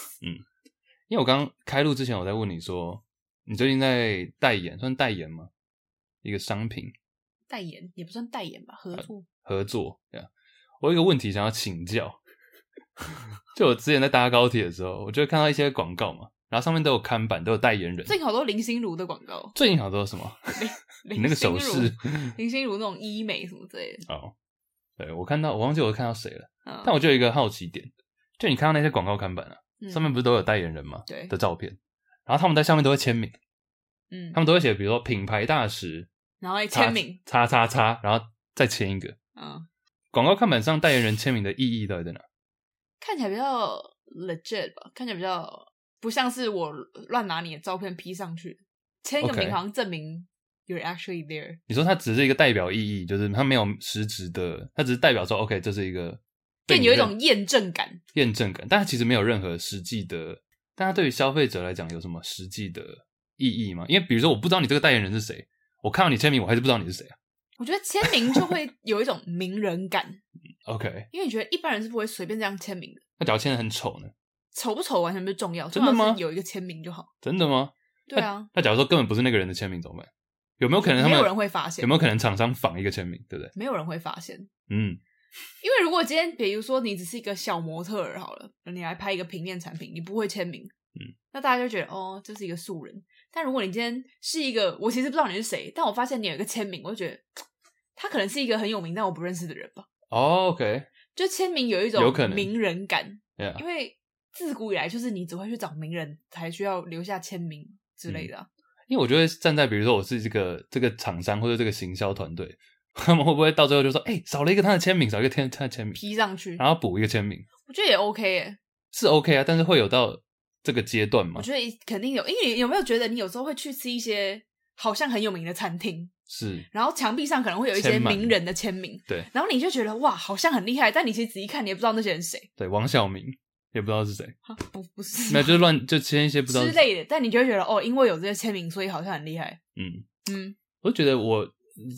[SPEAKER 1] 因为我刚开录之前，我在问你说，你最近在代言，算代言吗？一个商品
[SPEAKER 2] 代言也不算代言吧，合
[SPEAKER 1] 呃
[SPEAKER 2] 作。
[SPEAKER 1] 合作，对啊。我有一个问题想要请教， [LAUGHS] 就我之前在搭高铁的时候，我就会看到一些广告嘛，然后上面都有看板，都有代言人。
[SPEAKER 2] 最近好多林心如的广告，
[SPEAKER 1] 最近好多什
[SPEAKER 2] [LAUGHS]
[SPEAKER 1] 么？
[SPEAKER 2] 林
[SPEAKER 1] 你那个手
[SPEAKER 2] 心如
[SPEAKER 1] 势，
[SPEAKER 2] 林心如那种医美什么之类的。
[SPEAKER 1] 哦， [LAUGHS] 对我看到，我忘记我看到谁了，
[SPEAKER 2] 嗯，
[SPEAKER 1] 但我就有一个好奇点，就你看到那些广告看板啊，
[SPEAKER 2] 嗯
[SPEAKER 1] 上面不是都有代言人吗？
[SPEAKER 2] 对
[SPEAKER 1] 的照片，然后他们在上面都会签名，
[SPEAKER 2] 嗯
[SPEAKER 1] 他，们都会写，比如说品牌大使
[SPEAKER 2] 然后还
[SPEAKER 1] 叉
[SPEAKER 2] 签名，
[SPEAKER 1] 叉叉叉，然后再签一个。
[SPEAKER 2] 嗯，
[SPEAKER 1] 广告看板上代言人签名的意义到底在哪？
[SPEAKER 2] 看起来比较 legit 吧，看起来比较不像是我乱拿你的照片 P 上去，签个
[SPEAKER 1] OK
[SPEAKER 2] 名好像证明 you're actually there。
[SPEAKER 1] 你说它只是一个代表意义，就是它没有实质的，它只是代表说 OK，这是一个被
[SPEAKER 2] 更
[SPEAKER 1] 你
[SPEAKER 2] 有一
[SPEAKER 1] 认
[SPEAKER 2] 种验证感。
[SPEAKER 1] 验证感，但它其实没有任何实际的。但它对于消费者来讲有什么实际的意义吗？因为比如说，我不知道你这个代言人是谁，我看到你签名，我还是不知道你是谁啊。
[SPEAKER 2] 我觉得签名就会有一种名人感，
[SPEAKER 1] OK，
[SPEAKER 2] 因为你觉得一般人是不会随便这样签名的，
[SPEAKER 1] 那假如签的很丑呢？
[SPEAKER 2] 丑不丑完全不重要，
[SPEAKER 1] 真的吗哎
[SPEAKER 2] 重要是有一个签名就好。
[SPEAKER 1] 真的吗？
[SPEAKER 2] 对啊，
[SPEAKER 1] 那假如说根本不是那个人的签名怎么办？有没有可能他们
[SPEAKER 2] 没有人会发现
[SPEAKER 1] 有没有可能厂商仿一个签名，对不对？
[SPEAKER 2] 没有人会发现。
[SPEAKER 1] 嗯，
[SPEAKER 2] 因为如果今天，比如说你只是一个小模特儿好了，你来拍一个平面产品，你不会签名，
[SPEAKER 1] 嗯，
[SPEAKER 2] 那大家就觉得哦，这是一个素人。但如果你今天是一个，我其实不知道你是谁，但我发现你有一个签名，我就觉得嘖他可能是一个很有名但我不认识的人吧。
[SPEAKER 1] 哦，OK，
[SPEAKER 2] 就签名有一种
[SPEAKER 1] 有可能
[SPEAKER 2] 名人感，
[SPEAKER 1] 对啊
[SPEAKER 2] 因，为自古以来就是你只会去找名人才需要留下签名之
[SPEAKER 1] 嗯
[SPEAKER 2] 类的啊、
[SPEAKER 1] 因为我觉得站在比如说我是这个这个厂商或者这个行销团队， [LAUGHS] 他们会不会到最后就说，哎、少了一个他的签名，少了一个他他的签名，
[SPEAKER 2] 批上去，
[SPEAKER 1] 然后补一个签名
[SPEAKER 2] 我觉得也 OK 耶、
[SPEAKER 1] 是 OK 啊，但是会有到这个阶段
[SPEAKER 2] 我
[SPEAKER 1] 吗？
[SPEAKER 2] 觉得一肯定有，因为你有没有觉得你有时候会去吃一些好像很有名的餐厅？
[SPEAKER 1] 是，
[SPEAKER 2] 然后墙壁上可能会有一些
[SPEAKER 1] 签满
[SPEAKER 2] 名人的签名，
[SPEAKER 1] 对
[SPEAKER 2] 然后你就觉得哇，好像很厉害，但你其实仔细看，你也不知道那些人是谁，
[SPEAKER 1] 对，王晓明也不知道是谁，
[SPEAKER 2] 啊不不是
[SPEAKER 1] [LAUGHS] 没有就是乱就签一些不知道
[SPEAKER 2] 之
[SPEAKER 1] 是
[SPEAKER 2] 类的，但你就会觉得哦，因为有这些签名，所以好像很厉害，
[SPEAKER 1] 嗯，
[SPEAKER 2] 嗯，
[SPEAKER 1] 我就觉得我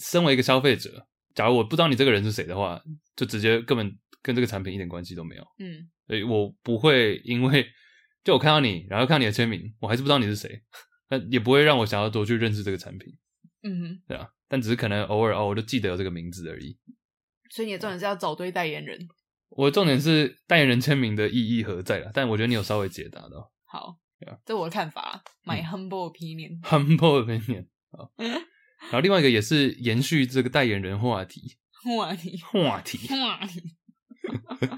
[SPEAKER 1] 身为一个消费者，假如我不知道你这个人是谁的话，就直接根本跟这个产品一点关系都没有。
[SPEAKER 2] 嗯，
[SPEAKER 1] 所以我不会因为就我看到你，然后看到你的签名，我还是不知道你是谁，那也不会让我想要多去认识这个产品，
[SPEAKER 2] 嗯哼，
[SPEAKER 1] 对啊，但只是可能偶尔哦，我就记得有这个名字而已。
[SPEAKER 2] 所以你的重点是要找对代言人。
[SPEAKER 1] 我的重点是代言人签名的意义何在啦，但我觉得你有稍微解答到 [LAUGHS]
[SPEAKER 2] 好
[SPEAKER 1] Yeah 嗯
[SPEAKER 2] 这我的看法，my humble opinion。
[SPEAKER 1] humble opinion 好，然后另外一个也是延续这个代言人话题
[SPEAKER 2] 哇你，
[SPEAKER 1] 话题，
[SPEAKER 2] 哇你，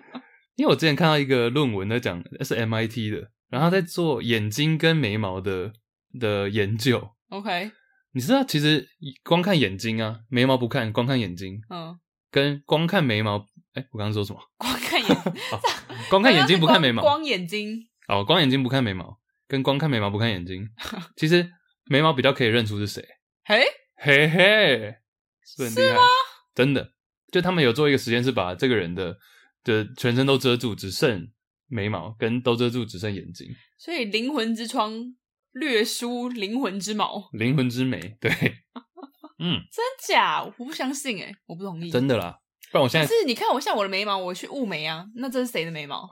[SPEAKER 1] 因为我之前看到一个论文在讲是 MIT 的，然后他在做眼睛跟眉毛的的研究。
[SPEAKER 2] OK，
[SPEAKER 1] 你知道，其实光看眼睛啊，眉毛不看，光看眼睛，
[SPEAKER 2] 嗯，
[SPEAKER 1] 跟光看眉毛，哎、我刚刚说什么？
[SPEAKER 2] 光看眼，
[SPEAKER 1] 哦 [LAUGHS] 光看眼睛不看眉毛，
[SPEAKER 2] [LAUGHS] 光眼睛，
[SPEAKER 1] 哦，光眼睛不看眉毛，跟光看眉毛不看眼睛，其实眉毛比较可以认出是谁。
[SPEAKER 2] 嘿，
[SPEAKER 1] 嘿嘿，是不是很厉
[SPEAKER 2] 是
[SPEAKER 1] 害，真的。就他们有做一个实验，是把这个人的的全身都遮住，只剩眉毛，跟都遮住，只剩眼睛，
[SPEAKER 2] 所以灵魂之窗略输灵魂之矛，
[SPEAKER 1] 灵魂之眉。对，嗯，
[SPEAKER 2] 真假？我不相信哎、我不同意。
[SPEAKER 1] 真的啦。不然我现
[SPEAKER 2] 可
[SPEAKER 1] 在，
[SPEAKER 2] 是你看我像我的眉毛，我去雾眉啊，那这是谁的眉毛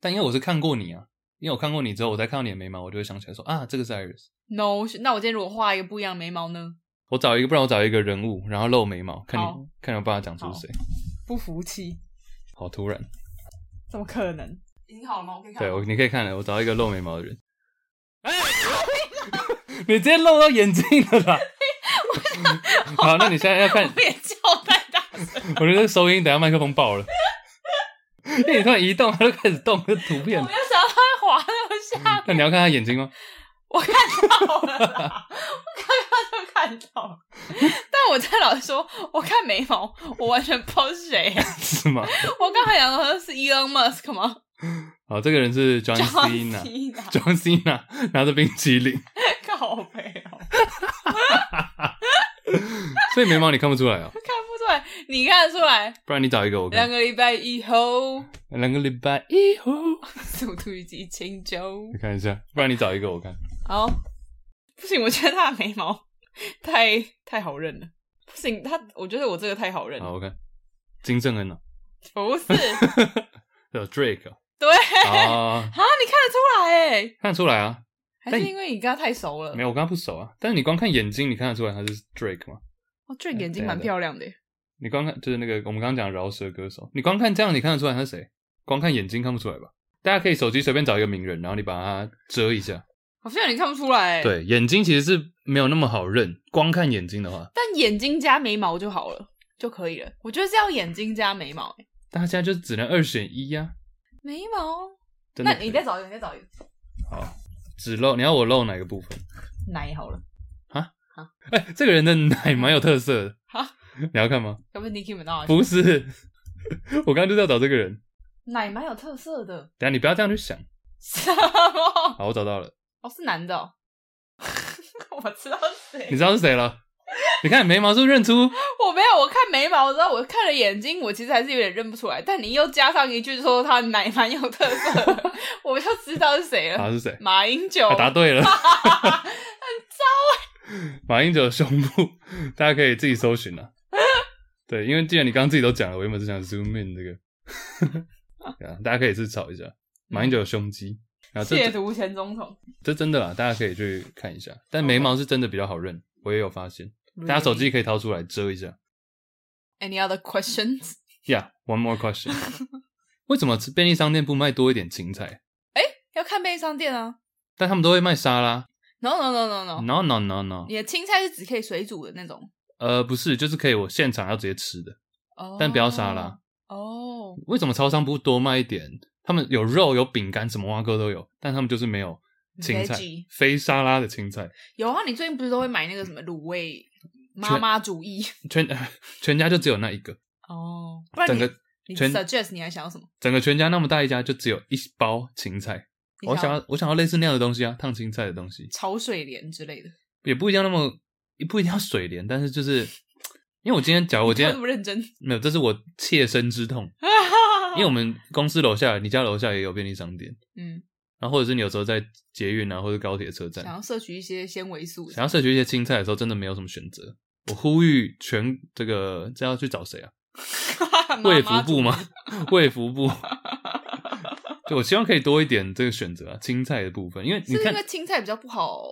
[SPEAKER 1] 但因为我是看过你啊，因为我看过你之后，我再看到你的眉毛，我就会想起来说啊，这个是 Iris。
[SPEAKER 2] ？No，那我今天如果画一个不一样的眉毛呢？
[SPEAKER 1] 我找一个，不然我找一个人物，然后露眉毛，看
[SPEAKER 2] 好
[SPEAKER 1] 你看有办法讲出
[SPEAKER 2] 好
[SPEAKER 1] 谁。
[SPEAKER 2] 不服气，
[SPEAKER 1] 好突然，
[SPEAKER 2] 怎么可能？已经好了吗？我可以看啊
[SPEAKER 1] 对我你可以看了，我找一个露眉毛的人。哎， [LAUGHS] 你直接露到眼睛了
[SPEAKER 2] [LAUGHS]
[SPEAKER 1] 啦！好，那你现在要看，
[SPEAKER 2] 我也叫太大声，
[SPEAKER 1] 我觉得收音等一下麦克风爆了，因为你突然移动，它就开始动，这图
[SPEAKER 2] 我
[SPEAKER 1] 片
[SPEAKER 2] 没。有想到他滑到下
[SPEAKER 1] 那你要看他眼睛吗？ [LAUGHS]
[SPEAKER 2] 我看到了啦，我刚刚就看到了。但我在老实说，我看眉毛，我完全不知道是谁、
[SPEAKER 1] 是吗？
[SPEAKER 2] 我刚才想说是 Elon Musk 吗
[SPEAKER 1] 好，这个人
[SPEAKER 2] [LAUGHS]
[SPEAKER 1] 是 John
[SPEAKER 2] ？John
[SPEAKER 1] Cena，John
[SPEAKER 2] Cena，
[SPEAKER 1] Cena 拿着冰淇淋，
[SPEAKER 2] [LAUGHS] 靠背哦， [LAUGHS]
[SPEAKER 1] 所以眉毛你看不出来哦，
[SPEAKER 2] 看不出来，你看得出来？
[SPEAKER 1] 不然你找一个我
[SPEAKER 2] 两
[SPEAKER 1] 看。
[SPEAKER 2] 个礼拜以后，
[SPEAKER 1] 两个礼拜以后，
[SPEAKER 2] 速度与激情就
[SPEAKER 1] 我看一下，不然你找一个我看。
[SPEAKER 2] 好。不行，我觉得他的眉毛太太好认了。不行，他我觉得我这个太好认
[SPEAKER 1] 好，
[SPEAKER 2] 了，
[SPEAKER 1] 我看金正恩哦，[LAUGHS]
[SPEAKER 2] 不是？
[SPEAKER 1] 有 Drake
[SPEAKER 2] [LAUGHS]
[SPEAKER 1] 哦
[SPEAKER 2] 对
[SPEAKER 1] 啊，
[SPEAKER 2] 啊，你看得出来哎，
[SPEAKER 1] 看得出来啊，
[SPEAKER 2] 还是因为你跟他太熟了
[SPEAKER 1] 没？有，我跟他不熟啊。但是你光看眼睛，你看得出来他是 Drake 吗？
[SPEAKER 2] 哦，这眼睛蛮漂亮的耶。欸
[SPEAKER 1] 你光看就是那个我们刚刚讲的饶舌歌手，你光看这样，你看得出来他是谁？光看眼睛看不出来吧？大家可以手机随便找一个名人，然后你把他遮一下。
[SPEAKER 2] 好像你看不出来。，欸
[SPEAKER 1] 对，眼睛其实是没有那么好认，光看眼睛的话，
[SPEAKER 2] 但眼睛加眉毛就好了，就可以了。我觉得是要眼睛加眉毛、欸，
[SPEAKER 1] 大家就只能二选一呀、
[SPEAKER 2] 眉毛。
[SPEAKER 1] 真
[SPEAKER 2] 那
[SPEAKER 1] 的
[SPEAKER 2] 你再找一个，你再找一个
[SPEAKER 1] 好，只露你要我露哪个部分？
[SPEAKER 2] 奶好了，
[SPEAKER 1] 哎、这个人的奶蛮有特色的。
[SPEAKER 2] 好，
[SPEAKER 1] 你要看吗？
[SPEAKER 2] 要不 Nicki Minaj
[SPEAKER 1] 不是， [LAUGHS] 我刚刚就是要找这个人。
[SPEAKER 2] 奶蛮有特色的。 [LAUGHS]
[SPEAKER 1] 等一下你不要这样去想。
[SPEAKER 2] 什么？
[SPEAKER 1] 好，我找到了，
[SPEAKER 2] 哦，是男的、哦。 [LAUGHS] 我知道是谁
[SPEAKER 1] 你，知道是谁了？你看眉毛是不是认出？
[SPEAKER 2] [LAUGHS] 我没有，我看眉毛的时候，我看了眼睛，我其实还是有点认不出来。但你又加上一句说他奶蛮有特色的，我就知道是谁
[SPEAKER 1] 好
[SPEAKER 2] 了。
[SPEAKER 1] 是谁？
[SPEAKER 2] 马英九
[SPEAKER 1] 啊，答对了，很糟哎。马英九的胸部，大家可以自己搜寻啊。对，因为既然你刚刚自己都讲了，我原本是想 zoom in 这个，对啊，大家可以去找一下马英九的胸肌。然后
[SPEAKER 2] 亵
[SPEAKER 1] 这
[SPEAKER 2] 渎前总统，
[SPEAKER 1] 这真的啦，大家可以去看一下。但眉毛是真的比较好认，我也有发现。大家手
[SPEAKER 2] 嗯
[SPEAKER 1] 机可以掏出来遮一下。
[SPEAKER 2] Any other questions？
[SPEAKER 1] [LAUGHS] Yeah, one more question 。 [LAUGHS] 为什么便利商店不卖多一点芹菜？
[SPEAKER 2] 要看便利商店啊。
[SPEAKER 1] 但他们都会卖沙拉。
[SPEAKER 2] No no no no no，、
[SPEAKER 1] No, no, no, no。
[SPEAKER 2] 你的青菜是只可以水煮的那种，
[SPEAKER 1] 呃，不是，就是可以我现场要直接吃的。
[SPEAKER 2] 哦
[SPEAKER 1] 但不要沙拉。
[SPEAKER 2] 哦。
[SPEAKER 1] 为什么超商不多卖一点？他们有肉、有饼干，什么蛙哥都有，但他们就是没有青菜
[SPEAKER 2] Veggie，
[SPEAKER 1] 非沙拉的青菜。
[SPEAKER 2] 有啊，你最近不是都会买那个什么卤味妈妈主义
[SPEAKER 1] 全 [LAUGHS] 全家就只有那一个，
[SPEAKER 2] 哦？不然
[SPEAKER 1] 整
[SPEAKER 2] 你
[SPEAKER 1] 个
[SPEAKER 2] 你
[SPEAKER 1] 全
[SPEAKER 2] suggest 你还想要什么？
[SPEAKER 1] 整个全家那么大一家，就只有一包芹菜。
[SPEAKER 2] 你
[SPEAKER 1] 我想
[SPEAKER 2] 要
[SPEAKER 1] 要，我想要类似那样的东西啊，烫青菜的东西，
[SPEAKER 2] 炒水莲之类的。
[SPEAKER 1] 也不一定要那么，也不一定要水莲，但是就是，因为我今天，假如我今
[SPEAKER 2] 你干
[SPEAKER 1] 天
[SPEAKER 2] 嘛 [LAUGHS] 那么认真，
[SPEAKER 1] 没有，这是我切身之痛，因为我们公司楼下、你家楼下也有便利商店，
[SPEAKER 2] 嗯，
[SPEAKER 1] 然后或者是你有时候在捷运啊，或者高铁车站，
[SPEAKER 2] 想要摄取一些纤维素，
[SPEAKER 1] 想要摄取一些青菜的时候，真的没有什么选择。我呼吁全这个这要去找谁啊？
[SPEAKER 2] [LAUGHS]
[SPEAKER 1] 卫福部吗？卫福部。 [LAUGHS] 就我希望可以多一点这个选择啊，青菜的部分，因为你
[SPEAKER 2] 是因
[SPEAKER 1] 看
[SPEAKER 2] 为青菜比较不好，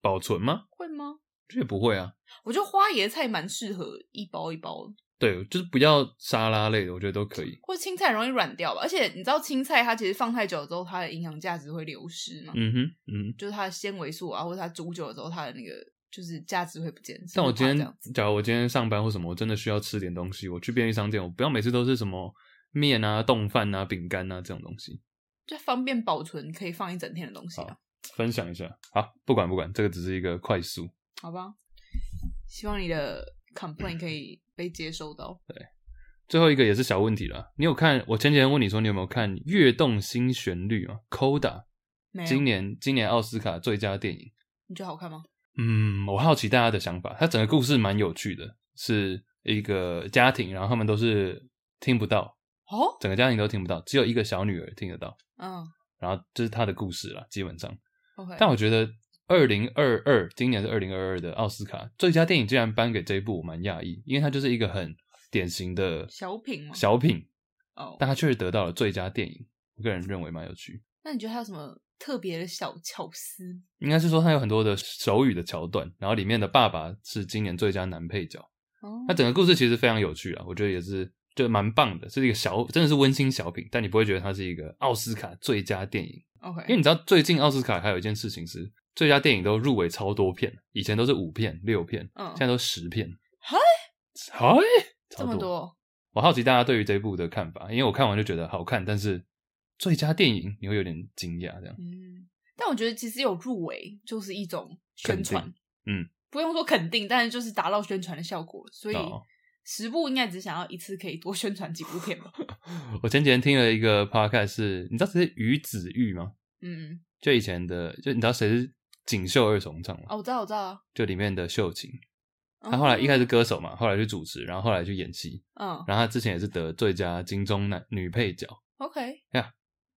[SPEAKER 1] 保存吗？
[SPEAKER 2] 会吗？
[SPEAKER 1] 这也不会啊。
[SPEAKER 2] 我觉得花椰菜蛮适合一包一包的，
[SPEAKER 1] 对，就是不要沙拉类的，我觉得都可以。
[SPEAKER 2] 或者青菜容易软掉吧。而且你知道青菜它其实放太久之后，它的营养价值会流失嘛。
[SPEAKER 1] 嗯哼，嗯。
[SPEAKER 2] 就是它的纤维素啊，或者它煮久了之后，它的那个就是价值会不见。
[SPEAKER 1] 但我今
[SPEAKER 2] 是不是怕这样
[SPEAKER 1] 天，假如我今天上班或什么，我真的需要吃点东西，我去便利商店，我不要每次都是什么面啊、冻饭啊、饼干啊这种东西。
[SPEAKER 2] 就方便保存，可以放一整天的东西啊，
[SPEAKER 1] 分享一下。好，不管不管，这个只是一个快速。
[SPEAKER 2] 好吧？希望你的 complaint 可以被接收到。
[SPEAKER 1] 最后一个也是小问题了，你有看我前几天问你说你有没有看《跃动新旋律》啊？Coda，
[SPEAKER 2] 没有，
[SPEAKER 1] 今年今年奥斯卡最佳电影。
[SPEAKER 2] 你觉得好看吗？
[SPEAKER 1] 嗯，我好奇大家的想法。它整个故事蛮有趣的，是一个家庭，然后他们都是听不到，
[SPEAKER 2] 哦，
[SPEAKER 1] 整个家庭都听不到，只有一个小女儿听得到。
[SPEAKER 2] 嗯
[SPEAKER 1] 然后这是他的故事啦，基本上。
[SPEAKER 2] ，OK，
[SPEAKER 1] 但我觉得二零二二今年是二零二二的奥斯卡最佳电影，竟然颁给这一部，我蛮讶异，因为它就是一个很典型的
[SPEAKER 2] 小品吗
[SPEAKER 1] 小品，
[SPEAKER 2] 哦，
[SPEAKER 1] 但它确实得到了最佳电影。我个人认为蛮有趣，
[SPEAKER 2] 那你觉得它有什么特别的小巧思？
[SPEAKER 1] 应该是说它有很多的手语的桥段，然后里面的爸爸是今年最佳男配角。
[SPEAKER 2] 哦，
[SPEAKER 1] 那整个故事其实非常有趣啊，我觉得也是就蛮棒的，是一个小真的是温馨小品，但你不会觉得它是一个奥斯卡最佳电影，因为
[SPEAKER 2] OK，
[SPEAKER 1] 你知道最近奥斯卡还有一件事情是最佳电影都入围超多片，以前都是五片六片，
[SPEAKER 2] 嗯
[SPEAKER 1] 现在都十片，
[SPEAKER 2] 嗨
[SPEAKER 1] 嗨，
[SPEAKER 2] 这
[SPEAKER 1] 超
[SPEAKER 2] 么多，
[SPEAKER 1] 我好奇大家对于这一部的看法，因为我看完就觉得好看，但是最佳电影你会有点惊讶这样。
[SPEAKER 2] 嗯，但我觉得其实有入围就是一种宣传
[SPEAKER 1] 肯，嗯，
[SPEAKER 2] 不用说肯定，但是就是达到宣传的效果，所以
[SPEAKER 1] 哦
[SPEAKER 2] 十部应该只想要一次可以多宣传几部片吧。
[SPEAKER 1] 我前几天听了一个 podcast，是你知道谁是于子玉吗？
[SPEAKER 2] 嗯，
[SPEAKER 1] 就以前的，就你知道谁是锦绣二重唱吗？
[SPEAKER 2] 哦，我知道，我知道啊。
[SPEAKER 1] 就里面的秀琴，
[SPEAKER 2] 嗯
[SPEAKER 1] 她后来一开始，歌手嘛，后来去主持，然后后来去演戏，
[SPEAKER 2] 嗯
[SPEAKER 1] 然后她之前也是得最佳金钟男女配角，
[SPEAKER 2] ，OK，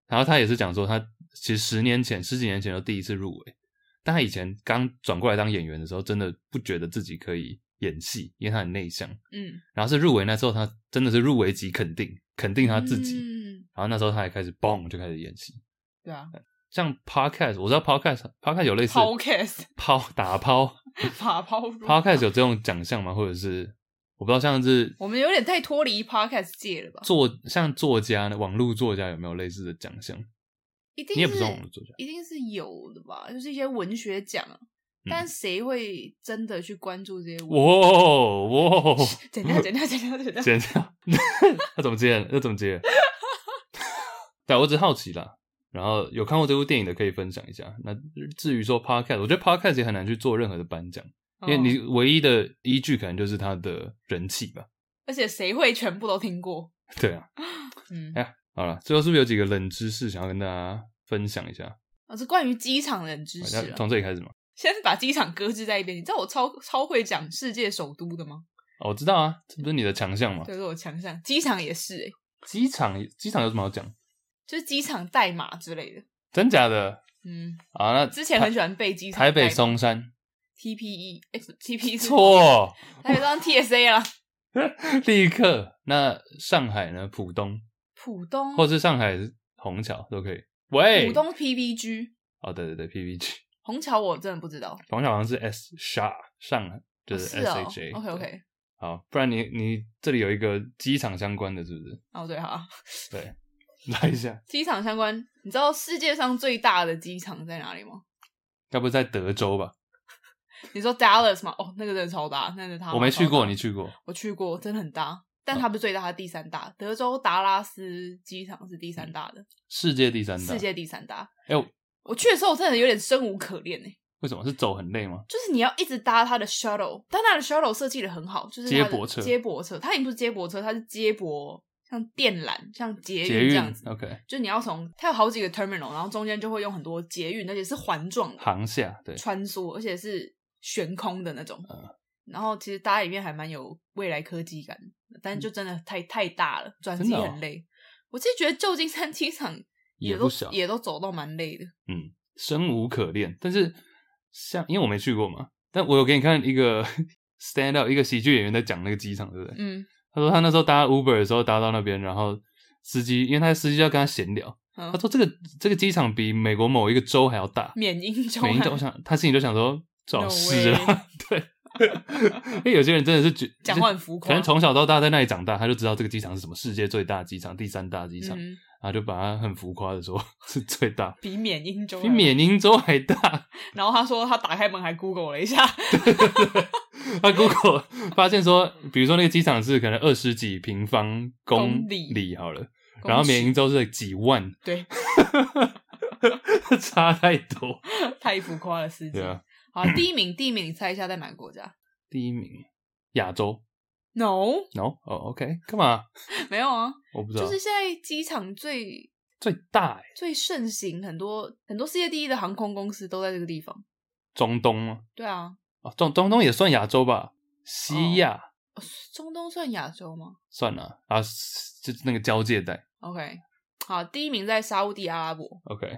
[SPEAKER 1] 然后她也是讲说，她其实十年前、十几年前就第一次入围，但她以前刚转过来当演员的时候，真的不觉得自己可以演戏，因为她很内向，
[SPEAKER 2] 嗯，
[SPEAKER 1] 然后是入围那时候，她真的是入围即肯定，肯定她自己，
[SPEAKER 2] 嗯，
[SPEAKER 1] 然后那时候她也开始嘣就开始演戏，
[SPEAKER 2] 对啊
[SPEAKER 1] 像 podcast，我知道 podcast podcast 有类似
[SPEAKER 2] ，Podcast [LAUGHS]
[SPEAKER 1] 抛打抛。
[SPEAKER 2] 法抛入
[SPEAKER 1] Podcast 有这种奖项吗？或者是我不知道，像是
[SPEAKER 2] 我们有点太脱离 Podcast 界了吧？
[SPEAKER 1] 作像作家呢，网络作家有没有类似的奖项？
[SPEAKER 2] 一定
[SPEAKER 1] 你也不
[SPEAKER 2] 是
[SPEAKER 1] 是网络作
[SPEAKER 2] [LAUGHS]
[SPEAKER 1] 家，
[SPEAKER 2] 一定是有的吧，就是一些文学奖啊。
[SPEAKER 1] 嗯
[SPEAKER 2] 但谁会真的去关注这些文？
[SPEAKER 1] 哇哇！
[SPEAKER 2] 剪掉，剪掉，剪掉，剪掉。
[SPEAKER 1] 剪掉， [LAUGHS] 那怎么接？那怎么接？ [LAUGHS] 对，啊我只好奇啦。然后有看过这部电影的可以分享一下。那至于说 Podcast，我觉得 Podcast 也很难去做任何的颁奖，因为你
[SPEAKER 2] 哦，
[SPEAKER 1] 唯一的依据可能就是它的人气吧。 [LAUGHS]
[SPEAKER 2] 而且谁会全部都听过？
[SPEAKER 1] 对啊，
[SPEAKER 2] 嗯，
[SPEAKER 1] 哎呀，好了，最后是不是有几个冷知识想要跟大家分享一下？
[SPEAKER 2] 啊，是关于机场的冷知识
[SPEAKER 1] 好那
[SPEAKER 2] 啊。
[SPEAKER 1] 从这里开始吗？
[SPEAKER 2] 先把机场搁置在一边。你知道我超超会讲世界首都的吗？
[SPEAKER 1] 哦，我知道啊，这不是你的强项吗？
[SPEAKER 2] 对，是我强项。机场也是、欸，
[SPEAKER 1] 机场，机场有什么好讲？
[SPEAKER 2] 就是机场代码之类的。
[SPEAKER 1] 真假的
[SPEAKER 2] 嗯，
[SPEAKER 1] 啊？那
[SPEAKER 2] 之前很喜欢背机场
[SPEAKER 1] 台北
[SPEAKER 2] 松
[SPEAKER 1] 松山
[SPEAKER 2] TPE，哎、t p e 是
[SPEAKER 1] 错，
[SPEAKER 2] 台北松 TSA 啦。
[SPEAKER 1] 立刻。那上海呢？浦东，
[SPEAKER 2] 浦东，
[SPEAKER 1] 或是哎上海虹桥都可以。喂，
[SPEAKER 2] 浦东 PVG，
[SPEAKER 1] 哦，对对对，PVG，
[SPEAKER 2] 虹桥我真的不知道。
[SPEAKER 1] [LAUGHS] 虹桥好像是 S 沙上海，就
[SPEAKER 2] 哦是
[SPEAKER 1] S
[SPEAKER 2] 哦
[SPEAKER 1] H A。
[SPEAKER 2] OK
[SPEAKER 1] 对
[SPEAKER 2] OK，
[SPEAKER 1] 好，不然你你这里有一个机场相关的，是不是？
[SPEAKER 2] 哦对哈，
[SPEAKER 1] 对， [LAUGHS] 来一下，
[SPEAKER 2] 机场相关，你知道世界上最大的机场在哪里吗？
[SPEAKER 1] 该不是在德州吧？
[SPEAKER 2] 你说 Dallas 吗？哦，那个真的超大，那个它
[SPEAKER 1] 我没去嗯过，
[SPEAKER 2] 超大
[SPEAKER 1] 你去过？
[SPEAKER 2] 我去过，真的很大，但它不是最大，它是第三大。德州达拉斯机场是第三大的，
[SPEAKER 1] 世界第嗯三大？
[SPEAKER 2] 世界第三大。
[SPEAKER 1] 哎呦
[SPEAKER 2] 我去的时候我真的有点生无可恋哎、
[SPEAKER 1] 为什么是走很累吗？
[SPEAKER 2] 就是你要一直搭它的 shuttle，但它的 shuttle 设计的很好，就是它的
[SPEAKER 1] 接驳车
[SPEAKER 2] 接驳车，它已经不是接驳车，它是接驳像电缆、像
[SPEAKER 1] 捷
[SPEAKER 2] 捷运这
[SPEAKER 1] 运
[SPEAKER 2] 样子。
[SPEAKER 1] ，OK，
[SPEAKER 2] 就你要从它有好几个 terminal，然后中间就会用很多捷运，而且是环状的
[SPEAKER 1] 航厦对。
[SPEAKER 2] 穿梭，而且是悬空的那种。
[SPEAKER 1] 嗯
[SPEAKER 2] 然后其实搭里面还蛮有未来科技感的，但就真的太、太大了，
[SPEAKER 1] 嗯
[SPEAKER 2] 转
[SPEAKER 1] 真
[SPEAKER 2] 机
[SPEAKER 1] 的哦
[SPEAKER 2] 很累。我其实觉得旧金山机场
[SPEAKER 1] [LAUGHS] 也
[SPEAKER 2] 都
[SPEAKER 1] 不小
[SPEAKER 2] 也都走到蛮累的。
[SPEAKER 1] 生无可恋。但是像因为我没去过嘛，但我有给你看一个 [LAUGHS] stand up 一个喜剧演员在讲那个机场，对不对？
[SPEAKER 2] 嗯，
[SPEAKER 1] 他说他那时候搭 Uber 的时候搭到那边，然后司机因为他司机就要跟他闲聊，
[SPEAKER 2] 嗯
[SPEAKER 1] 他说这个这个机场比美国某一个州还要大，
[SPEAKER 2] 缅因州啊，
[SPEAKER 1] 每一州我想他心里就想说最好
[SPEAKER 2] No
[SPEAKER 1] 是啦，对。 [LAUGHS] 因为有些人真的是觉
[SPEAKER 2] 讲话很浮夸
[SPEAKER 1] 可能从小到大在那里长大，他就知道这个机场是什么世界最大机场、第三大机场，
[SPEAKER 2] 嗯，
[SPEAKER 1] 然后就把它很浮夸的说 [LAUGHS] 是最大，
[SPEAKER 2] 比缅因州
[SPEAKER 1] 比
[SPEAKER 2] 还
[SPEAKER 1] 缅因州还大。
[SPEAKER 2] 然后他说他打开门还 Google 了一下， [LAUGHS]
[SPEAKER 1] 他 Google 发现说，比如说那个机场是可能二十几平方公
[SPEAKER 2] 公里
[SPEAKER 1] 好了，
[SPEAKER 2] 恭
[SPEAKER 1] 然后
[SPEAKER 2] 喜
[SPEAKER 1] 缅因州是几万， [LAUGHS]
[SPEAKER 2] 对，
[SPEAKER 1] 差太多。
[SPEAKER 2] 太浮夸了，世界。
[SPEAKER 1] 对啊，
[SPEAKER 2] 好，第一名，第一名，你猜一下在哪个国家
[SPEAKER 1] 第一名亚洲
[SPEAKER 2] ？No，
[SPEAKER 1] ，no，哦、o k 干嘛？
[SPEAKER 2] 没有啊，
[SPEAKER 1] 我不知道，
[SPEAKER 2] 就是现在机场最
[SPEAKER 1] 最大、欸、
[SPEAKER 2] 最盛行，很多很多世界第一的航空公司都在这个地方。
[SPEAKER 1] 中东吗？
[SPEAKER 2] 对啊，
[SPEAKER 1] 啊，中中东也算亚洲吧？西亚、
[SPEAKER 2] 哦中东算亚洲吗
[SPEAKER 1] 算了啊，就是那个交界带。
[SPEAKER 2] ？OK，好，第一名在沙烏地阿拉伯，
[SPEAKER 1] OK，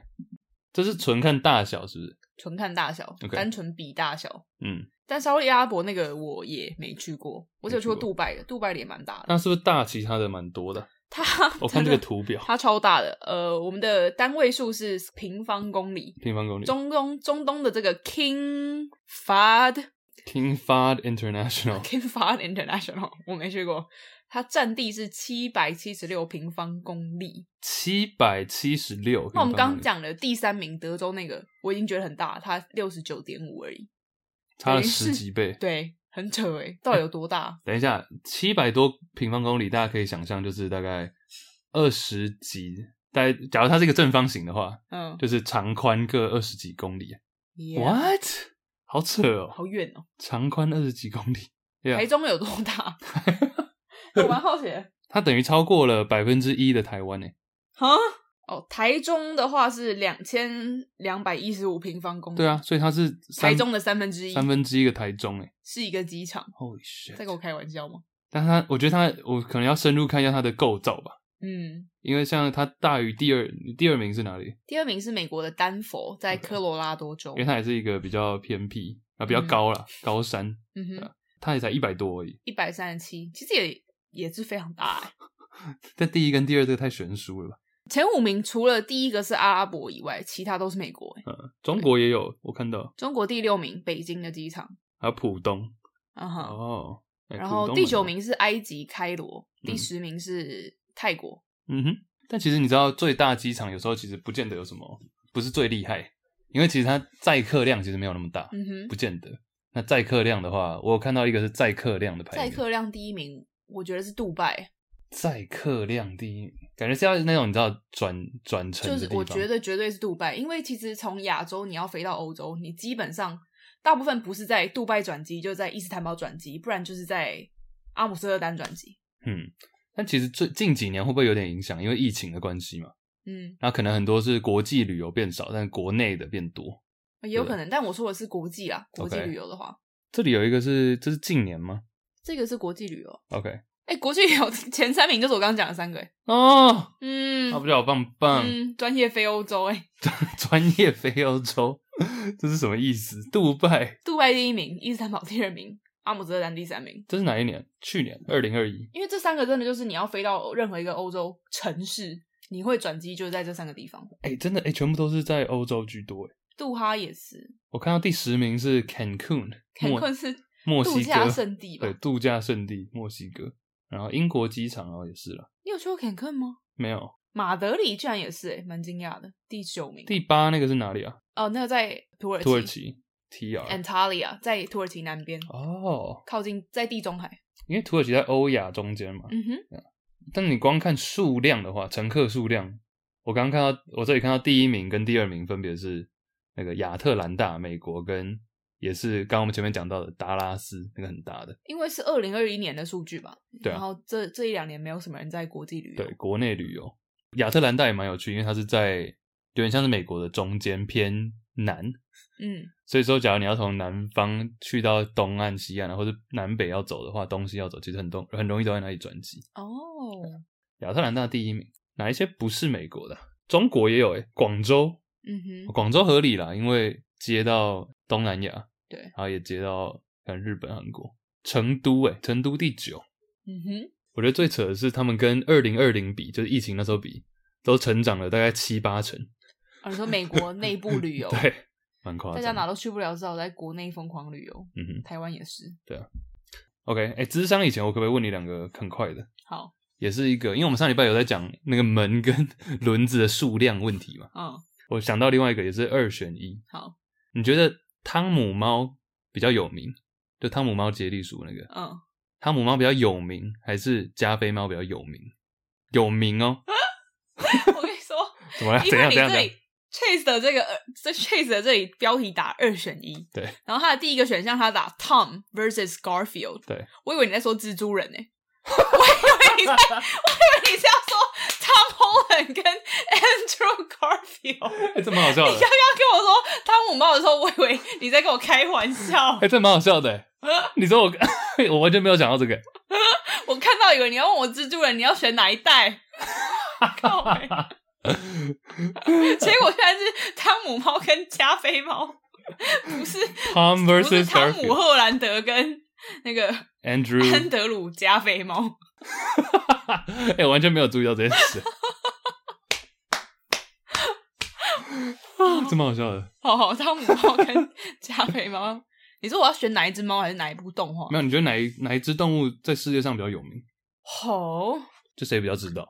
[SPEAKER 1] 这是纯看大小是不是？
[SPEAKER 2] 纯看大小
[SPEAKER 1] OK
[SPEAKER 2] 单纯比大小。
[SPEAKER 1] 嗯，
[SPEAKER 2] 但沙烏地阿拉伯那个我也没去过，我只有去过
[SPEAKER 1] 没去
[SPEAKER 2] 杜拜的，杜拜的也
[SPEAKER 1] [LAUGHS]
[SPEAKER 2] 蛮大的。
[SPEAKER 1] 那是不是大其他的蛮多的？
[SPEAKER 2] 它
[SPEAKER 1] 我看这个图表，
[SPEAKER 2] [LAUGHS] 它超大的，呃，我们的单位数是平方公里。
[SPEAKER 1] 平方公里。
[SPEAKER 2] 中东中东的这个 King Fahd
[SPEAKER 1] King Fahd International，
[SPEAKER 2] King Fahd International 我没去过，它占地是七百七十六平方公里。
[SPEAKER 1] 七百七十六。
[SPEAKER 2] 那我们刚刚讲的第三名德州那个，我已经觉得很大，它六十九点五而已，
[SPEAKER 1] 差了
[SPEAKER 2] 等于是
[SPEAKER 1] 十几倍。
[SPEAKER 2] 对，很扯诶，到底有多大？
[SPEAKER 1] 等一下，七百多平方公里，大家可以想象，就是大概二十几，大概假如它是一个正方形的话，
[SPEAKER 2] 嗯
[SPEAKER 1] 就是长宽各二十几公里。
[SPEAKER 2] 哇，
[SPEAKER 1] What？好扯哦，
[SPEAKER 2] 好远哦！
[SPEAKER 1] 长宽二十几公里。
[SPEAKER 2] 台
[SPEAKER 1] Yeah，
[SPEAKER 2] 中有多
[SPEAKER 1] [LAUGHS]
[SPEAKER 2] 大？我蛮好奇的。
[SPEAKER 1] 它等于超过了百分之一的台湾欸诶。
[SPEAKER 2] 哈，哦，台中的话是两千两百一十五平方公里，
[SPEAKER 1] 对啊，，所以它是三
[SPEAKER 2] 台中的三分之一
[SPEAKER 1] 三分之一个台中诶。
[SPEAKER 2] 是一个机场，
[SPEAKER 1] Holy
[SPEAKER 2] 在跟
[SPEAKER 1] shit！
[SPEAKER 2] 我开玩笑吗？
[SPEAKER 1] 但它，我觉得它，我可能要深入看一下它的构造吧，
[SPEAKER 2] 嗯，
[SPEAKER 1] 因为像它大于第二，第二名是哪里？
[SPEAKER 2] 第二名是美国的丹佛，在
[SPEAKER 1] OK
[SPEAKER 2] 科罗拉多州
[SPEAKER 1] 啊因为，它也是一个比较偏僻啊，比较高啦，高山，
[SPEAKER 2] 嗯哼，
[SPEAKER 1] 它也才一百多而已。 [LAUGHS]
[SPEAKER 2] 一百三十七，其实也也是非常大、欸。
[SPEAKER 1] 但第一跟第二这个太悬殊了吧？
[SPEAKER 2] 前五名除了第一个是阿拉伯以外，其他都是美国、欸。
[SPEAKER 1] 中国也有，我看到
[SPEAKER 2] 中国第六名北京的机场，
[SPEAKER 1] 还有浦东
[SPEAKER 2] 嗯哼，
[SPEAKER 1] 哦，哎
[SPEAKER 2] 然
[SPEAKER 1] 浦
[SPEAKER 2] 后
[SPEAKER 1] 东
[SPEAKER 2] 第
[SPEAKER 1] 蛮
[SPEAKER 2] 九
[SPEAKER 1] 多
[SPEAKER 2] 名是埃及开罗，
[SPEAKER 1] 嗯
[SPEAKER 2] 第十名是泰国，
[SPEAKER 1] 嗯哼，但其实你知道，最大机场有时候其实不见得有什么，不是最厉害，因为其实它载客量其实没有那么大，
[SPEAKER 2] 嗯哼，
[SPEAKER 1] 不见得。那载客量的话，我有看到一个是载客量的排
[SPEAKER 2] 载
[SPEAKER 1] 名，
[SPEAKER 2] 客量第一名，我觉得是杜拜。
[SPEAKER 1] 载客量第一，感觉是要那种你知道转转乘
[SPEAKER 2] 就
[SPEAKER 1] 的
[SPEAKER 2] 是
[SPEAKER 1] 地方，
[SPEAKER 2] 我觉得绝对是杜拜，因为其实从亚洲你要飞到欧洲，你基本上大部分不是在杜拜转机，就在伊斯坦堡转机，不然就是在阿姆斯特丹转机。
[SPEAKER 1] 嗯。但其实最近几年会不会有点影响？因为疫情的关系嘛，
[SPEAKER 2] 嗯，
[SPEAKER 1] 那可能很多是国际旅游变少，但国内的变多。
[SPEAKER 2] 也有可能，但我说的是国际啦，国际
[SPEAKER 1] OK
[SPEAKER 2] 旅游的话，
[SPEAKER 1] 这里有一个是，这是近年吗
[SPEAKER 2] 这个是国际旅游。
[SPEAKER 1] ？OK，
[SPEAKER 2] 哎、国际旅游 [LAUGHS] 前三名就是我刚刚讲的三个、欸，
[SPEAKER 1] 哦，
[SPEAKER 2] 嗯
[SPEAKER 1] 那不就好棒棒？
[SPEAKER 2] 嗯，专业飞欧洲、欸，哎，
[SPEAKER 1] 专业飞欧洲， [LAUGHS] 这是什么意思？杜拜，
[SPEAKER 2] 杜拜第一名，伊斯坦堡第二名，阿姆斯特丹第三名。
[SPEAKER 1] 这是哪一年？去年二零二一。
[SPEAKER 2] 因为这三个真的就是你要飞到任何一个欧洲城市，你会转机就是在这三个地方。
[SPEAKER 1] 哎，真的哎，诶全部都是在欧洲居多哎。
[SPEAKER 2] 杜哈也是，
[SPEAKER 1] 我看到第十名是 Cancun，
[SPEAKER 2] 坎
[SPEAKER 1] 墨
[SPEAKER 2] 昆是
[SPEAKER 1] 墨
[SPEAKER 2] 度
[SPEAKER 1] 西
[SPEAKER 2] 假
[SPEAKER 1] 哥
[SPEAKER 2] 胜地吧
[SPEAKER 1] 对，？度假胜地墨西哥。然后英国机场哦也是了，
[SPEAKER 2] 你有去过坎昆吗？
[SPEAKER 1] 没有。
[SPEAKER 2] 马德里居然也是、欸，蛮惊讶的，第九名。
[SPEAKER 1] 第八那个是哪里啊？
[SPEAKER 2] 哦，那个在土耳
[SPEAKER 1] 土耳其 TR。
[SPEAKER 2] Antalya，在土耳其南边，
[SPEAKER 1] 哦，
[SPEAKER 2] 靠近在地中海。
[SPEAKER 1] 因为土耳其在欧亚中间嘛，
[SPEAKER 2] 嗯哼，
[SPEAKER 1] 但你光看数量的话，乘客数量，我刚刚看到我这里看到第一名跟第二名分别是那个亚特兰大，美国跟也是刚刚我们前面讲到的达拉斯那个很大的，
[SPEAKER 2] 因为是二零二一年的数据吧。
[SPEAKER 1] 对啊
[SPEAKER 2] 然后这这一两年没有什么人在国际旅游。
[SPEAKER 1] 对，国内旅游，亚特兰大也蛮有趣，因为它是在有点像是美国的中间偏南，
[SPEAKER 2] 嗯，
[SPEAKER 1] 所以说假如你要从南方去到东岸、西岸，或者南北要走的话，东西要走，其实很东很容易都在那里转机。
[SPEAKER 2] 哦，
[SPEAKER 1] 亚特兰大第一名，哪一些不是美国的啊？中国也有诶、广州
[SPEAKER 2] 嗯哼，
[SPEAKER 1] 广州合理啦，因为接到东南亚，
[SPEAKER 2] 对
[SPEAKER 1] 然后也接到可能日本、韩国，成都诶、成都第九。
[SPEAKER 2] 嗯哼，
[SPEAKER 1] 我觉得最扯的是他们跟二零二零比，就是疫情那时候比，都成长了大概七八成，
[SPEAKER 2] 啊，你说美国内部旅游，
[SPEAKER 1] [LAUGHS] 对，蛮夸张
[SPEAKER 2] 大
[SPEAKER 1] 的。
[SPEAKER 2] 家哪都去不了，只好在国内疯狂旅游。
[SPEAKER 1] 嗯哼
[SPEAKER 2] 台湾也是。
[SPEAKER 1] ，OK，哎、智商以前我可不可以问你两个很快的？
[SPEAKER 2] 好，
[SPEAKER 1] 也是一个，因为我们上礼拜有在讲那个门跟 [LAUGHS] 轮子的数量问题嘛，
[SPEAKER 2] 嗯，
[SPEAKER 1] 我想到另外一个也是二选一。
[SPEAKER 2] 好，
[SPEAKER 1] 你觉得汤姆猫比较有名？就汤姆猫杰利鼠那个，
[SPEAKER 2] 嗯， [LAUGHS]
[SPEAKER 1] 汤姆猫比较有名，还是加菲猫比较有名？有名哦，
[SPEAKER 2] 我跟你说，
[SPEAKER 1] 怎 [LAUGHS] 么样？
[SPEAKER 2] 因
[SPEAKER 1] 怎
[SPEAKER 2] 为
[SPEAKER 1] 样？
[SPEAKER 2] 你
[SPEAKER 1] 怎样？怎
[SPEAKER 2] 这
[SPEAKER 1] 样
[SPEAKER 2] 里 Chase 的这个呃这 Chase 的这里标题打二选一，
[SPEAKER 1] 对
[SPEAKER 2] 然后他的第一个选项他打 Tom versus Garfield，
[SPEAKER 1] 对，
[SPEAKER 2] 我以为你在说蜘蛛人呢、我以为
[SPEAKER 1] [LAUGHS]
[SPEAKER 2] 你在，我以为你是要说 Tom Holland 跟 Andrew Garfield。
[SPEAKER 1] 哎，这蛮好笑的
[SPEAKER 2] 你刚。刚跟我说汤姆猫的时候，我以为你在跟我开
[SPEAKER 1] [LAUGHS]
[SPEAKER 2] 玩笑
[SPEAKER 1] 哎，，这蛮好笑的。你说我， [LAUGHS] 我完全没有想到这个。
[SPEAKER 2] 我看到以为你要问我蜘蛛人你要选哪一代， [LAUGHS] 靠
[SPEAKER 1] [LAUGHS]
[SPEAKER 2] 北！结果现在是汤姆猫跟加菲猫，不是
[SPEAKER 1] Tom
[SPEAKER 2] 不是
[SPEAKER 1] versus
[SPEAKER 2] 汤姆啊
[SPEAKER 1] Garfield
[SPEAKER 2] 赫兰德跟那个
[SPEAKER 1] Andrew，
[SPEAKER 2] 安德鲁加菲猫，
[SPEAKER 1] 哎，完全没有注意到这件事。 [LAUGHS] 啊，这蛮好笑的。
[SPEAKER 2] 好好汤姆猫跟加菲猫。你说我要选哪一只猫，还是哪一部动画
[SPEAKER 1] 没？有，你觉得哪一哪一只动物在世界上比较有名？
[SPEAKER 2] 好
[SPEAKER 1] 就谁比较知道？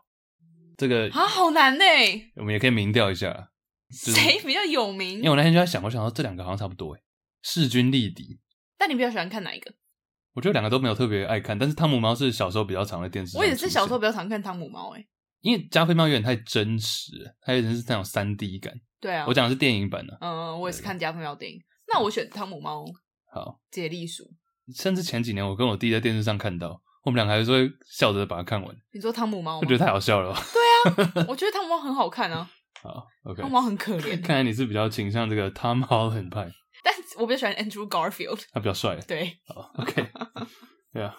[SPEAKER 1] 这个
[SPEAKER 2] 啊，好难呢、
[SPEAKER 1] 我们也可以明调一下，就是
[SPEAKER 2] 谁比较有
[SPEAKER 1] 因为
[SPEAKER 2] 名？
[SPEAKER 1] 我那天就在想，我想到这两个好像差不多诶，欸势均力敌。
[SPEAKER 2] 但你比较喜欢看哪一个？
[SPEAKER 1] 我觉得两个都没有特别爱看，但是汤姆猫是小时候比较常在电视上
[SPEAKER 2] 我也是
[SPEAKER 1] 出现
[SPEAKER 2] 小时候，比较常看汤姆猫诶、
[SPEAKER 1] 因为加菲猫有点太真实了，它有点是那种三 D 感。
[SPEAKER 2] 对啊，
[SPEAKER 1] 我讲的是电影版的、
[SPEAKER 2] 嗯，我也是看加菲猫电影。那我选汤姆猫
[SPEAKER 1] 好，
[SPEAKER 2] 接力鼠。
[SPEAKER 1] 甚至前几年我跟我弟在电视上看到，我们两个还是会笑着把它看完，
[SPEAKER 2] 你说汤姆猫
[SPEAKER 1] 我
[SPEAKER 2] 吗
[SPEAKER 1] 觉？得太好笑了吧。 [LAUGHS]
[SPEAKER 2] 我觉得汤姆猫很好看啊，
[SPEAKER 1] 好，OK
[SPEAKER 2] 汤。姆猫很可
[SPEAKER 1] [LAUGHS]
[SPEAKER 2] 怜，
[SPEAKER 1] 看来你是比较倾向这个 Tom Holland 派，
[SPEAKER 2] 但我比较喜欢 Andrew Garfield。
[SPEAKER 1] 他比较帅。
[SPEAKER 2] 对，
[SPEAKER 1] 好，OK，对啊，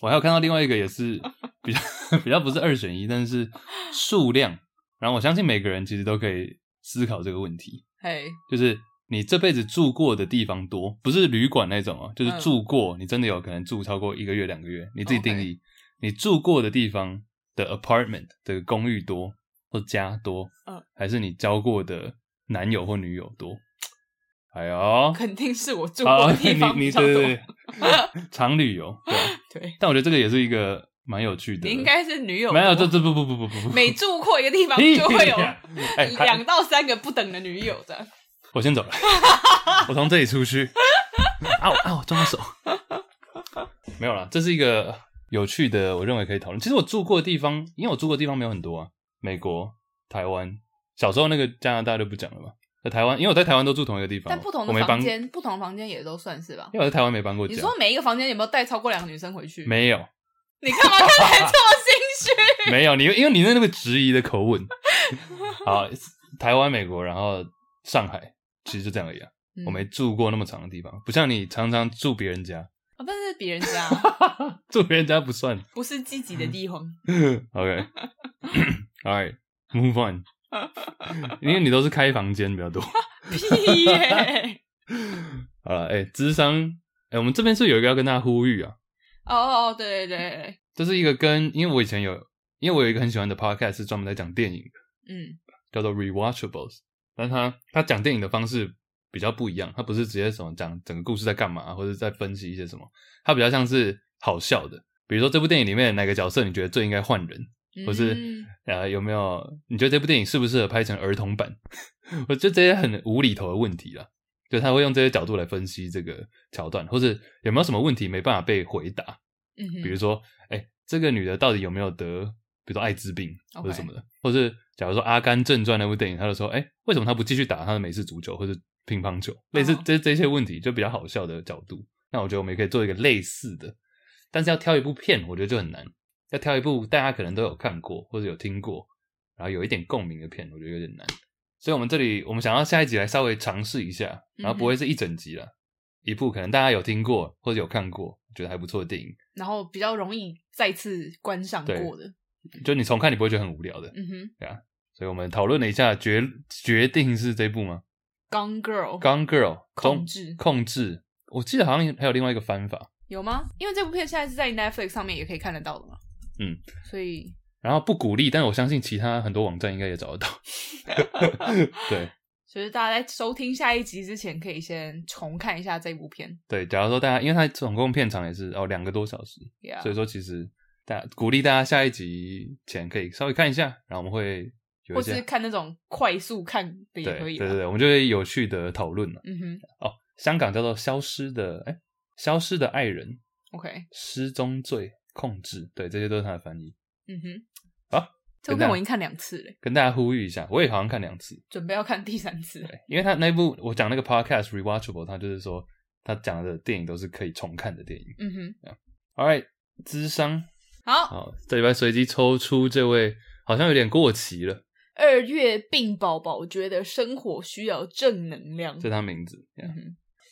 [SPEAKER 1] 我还有看到另外一个也是比较 [LAUGHS] 比较不是二选一，但是数量。然后我相信每个人其实都可以思考这个问题，
[SPEAKER 2] 嘿，
[SPEAKER 1] 就是你这辈子住过的地方多，不是旅馆那种哦，就是
[SPEAKER 2] 嗯哦
[SPEAKER 1] 住过，你真的有可能住超过一个月、两个月，你自己
[SPEAKER 2] OK
[SPEAKER 1] 定义。你住过的地方的 apartment 的公寓多或家多，
[SPEAKER 2] 嗯
[SPEAKER 1] 还是你交过的男友或女友多？哎呦，
[SPEAKER 2] 肯定是 [LAUGHS] 我住过
[SPEAKER 1] 好，
[SPEAKER 2] 的地方
[SPEAKER 1] 哦啊你
[SPEAKER 2] 比
[SPEAKER 1] 你
[SPEAKER 2] 较
[SPEAKER 1] 对
[SPEAKER 2] 多。
[SPEAKER 1] 对对， [LAUGHS] 常旅游。对啊，
[SPEAKER 2] 对，
[SPEAKER 1] 但我觉得这个也是一个蛮有趣的。
[SPEAKER 2] 你应该是女友，
[SPEAKER 1] 没有，这这不不不不不不，
[SPEAKER 2] 每住过一个地方
[SPEAKER 1] 屁
[SPEAKER 2] 就会有
[SPEAKER 1] 呀哎，还
[SPEAKER 2] 两到三个不等的女友的。
[SPEAKER 1] 我先走
[SPEAKER 2] [LAUGHS]
[SPEAKER 1] 了，我从这里出去。啊我啊，我撞到手。没有啦，这是一个有趣的，我认为可以讨论。其实我住过的地方，因为我住过的地方没有很多啊，美国、台湾，小时候那个加拿大就不讲了嘛。在台湾，因为我在台湾都住同一个地方，
[SPEAKER 2] 但不同
[SPEAKER 1] 我
[SPEAKER 2] 的
[SPEAKER 1] 没搬
[SPEAKER 2] 房，间，不同的房间也都算是吧。
[SPEAKER 1] 因为我在台湾没搬过家
[SPEAKER 2] 你，说每一个房间有没有带超过两个女生回去？
[SPEAKER 1] 没有。
[SPEAKER 2] 你干嘛看起来这么心
[SPEAKER 1] [LAUGHS]
[SPEAKER 2] 虚？
[SPEAKER 1] 没有你，因为你那那个质疑的口吻。好，台湾、美国，然后上海，其实就这样而已啊。[LAUGHS]
[SPEAKER 2] 嗯
[SPEAKER 1] 我没住过那么长的地方，不像你常常住别人家，
[SPEAKER 2] 啊，但是别人家
[SPEAKER 1] 住别人家不算。
[SPEAKER 2] [LAUGHS] 不是自己的
[SPEAKER 1] 嗯
[SPEAKER 2] 地方。
[SPEAKER 1] [LAUGHS] [COUGHS] OK，All right，move on，因为你都是开房间比较多。
[SPEAKER 2] 屁
[SPEAKER 1] [LAUGHS]
[SPEAKER 2] 耶！
[SPEAKER 1] 好了，哎、智商，哎、我们这边是有一个要跟大家呼吁啊，
[SPEAKER 2] 哦哦，哦，对对对，
[SPEAKER 1] 这是一个跟，因为我以前有，因为我有一个很喜欢的 podcast 是专门在讲电影的。
[SPEAKER 2] 嗯，
[SPEAKER 1] 叫做 Rewatchables，但他他讲电影的方式比较不一样，他不是直接什么讲整个故事在干嘛，或者在分析一些什么，他比较像是好笑的。比如说这部电影里面哪个角色你觉得最应该换人，或是
[SPEAKER 2] 嗯
[SPEAKER 1] 呃有没有你觉得这部电影适不适合拍成儿童版？ [LAUGHS] 我觉得这些很无厘头的问题啦，就他会用这些角度来分析这个桥段，或是有没有什么问题没办法被回答，
[SPEAKER 2] 嗯哼，
[SPEAKER 1] 比如说，哎、这个女的到底有没有得，比如说艾滋病
[SPEAKER 2] OK
[SPEAKER 1] 或者什么的或是假如说《阿甘正传》那部电影，他就说，哎、为什么他不继续打他的美式足球或者乒乓球？类似
[SPEAKER 2] 哦
[SPEAKER 1] 这这些问题，就比较好笑的角度。那我觉得我们也可以做一个类似的，但是要挑一部片，我觉得就很难。要挑一部大家可能都有看过或者有听过，然后有一点共鸣的片，我觉得有点难。所以，我们这里我们想要下一集来稍微尝试一下，然后
[SPEAKER 2] 嗯
[SPEAKER 1] 不会是一整集啦，一部可能大家有听过或者有看过，觉得还不错的电影，
[SPEAKER 2] 然后比较容易再次观赏
[SPEAKER 1] 对
[SPEAKER 2] 过的，
[SPEAKER 1] 就你重看你不会觉得很无聊的。
[SPEAKER 2] 嗯哼，
[SPEAKER 1] 所以我们讨论了一下，决决定是这部吗
[SPEAKER 2] 《Gone Girl》
[SPEAKER 1] ？Gone Girl
[SPEAKER 2] 控制
[SPEAKER 1] 中控制，我记得好像还有另外一个翻法。
[SPEAKER 2] 有吗？因为这部片现在是在 Netflix 上面也可以看得到的嘛，
[SPEAKER 1] 嗯，
[SPEAKER 2] 所以
[SPEAKER 1] 然后不鼓励，但我相信其他很多网站应该也找得到。 [LAUGHS] 对
[SPEAKER 2] 就是大家在收听下一集之前，可以先重看一下这部片
[SPEAKER 1] 对，假如说大家，因为它总共片长也是哦两个多小时，
[SPEAKER 2] ，Yeah，
[SPEAKER 1] 所以说其实大家鼓励大家下一集前可以稍微看一下，然后我们会有
[SPEAKER 2] 或
[SPEAKER 1] 一
[SPEAKER 2] 是
[SPEAKER 1] 些
[SPEAKER 2] 看那种快速看的也
[SPEAKER 1] 对
[SPEAKER 2] 可
[SPEAKER 1] 对
[SPEAKER 2] 以啊
[SPEAKER 1] 对
[SPEAKER 2] 啦，
[SPEAKER 1] 对，我们就会有趣的讨论了。
[SPEAKER 2] 嗯哼
[SPEAKER 1] 哦，香港叫做消失的哎，消失的爱人、
[SPEAKER 2] ，OK，
[SPEAKER 1] 失踪罪、控制，对，这些都是它的翻译。
[SPEAKER 2] 嗯哼，
[SPEAKER 1] 好，
[SPEAKER 2] 这部片我已经看两次了，
[SPEAKER 1] 跟大家呼吁一下，我也好像看两次，
[SPEAKER 2] 准备要看第三次了。
[SPEAKER 1] 对，因为他那部我讲那个 podcast rewatchable，他就是说他讲的电影都是可以重看的电影。
[SPEAKER 2] 嗯哼，
[SPEAKER 1] All right，智商
[SPEAKER 2] 好，
[SPEAKER 1] 好，这礼拜随机抽出这位好像有点过期了，
[SPEAKER 2] 二月病宝宝觉得生活需要正能量，
[SPEAKER 1] 这是他名字。Yeah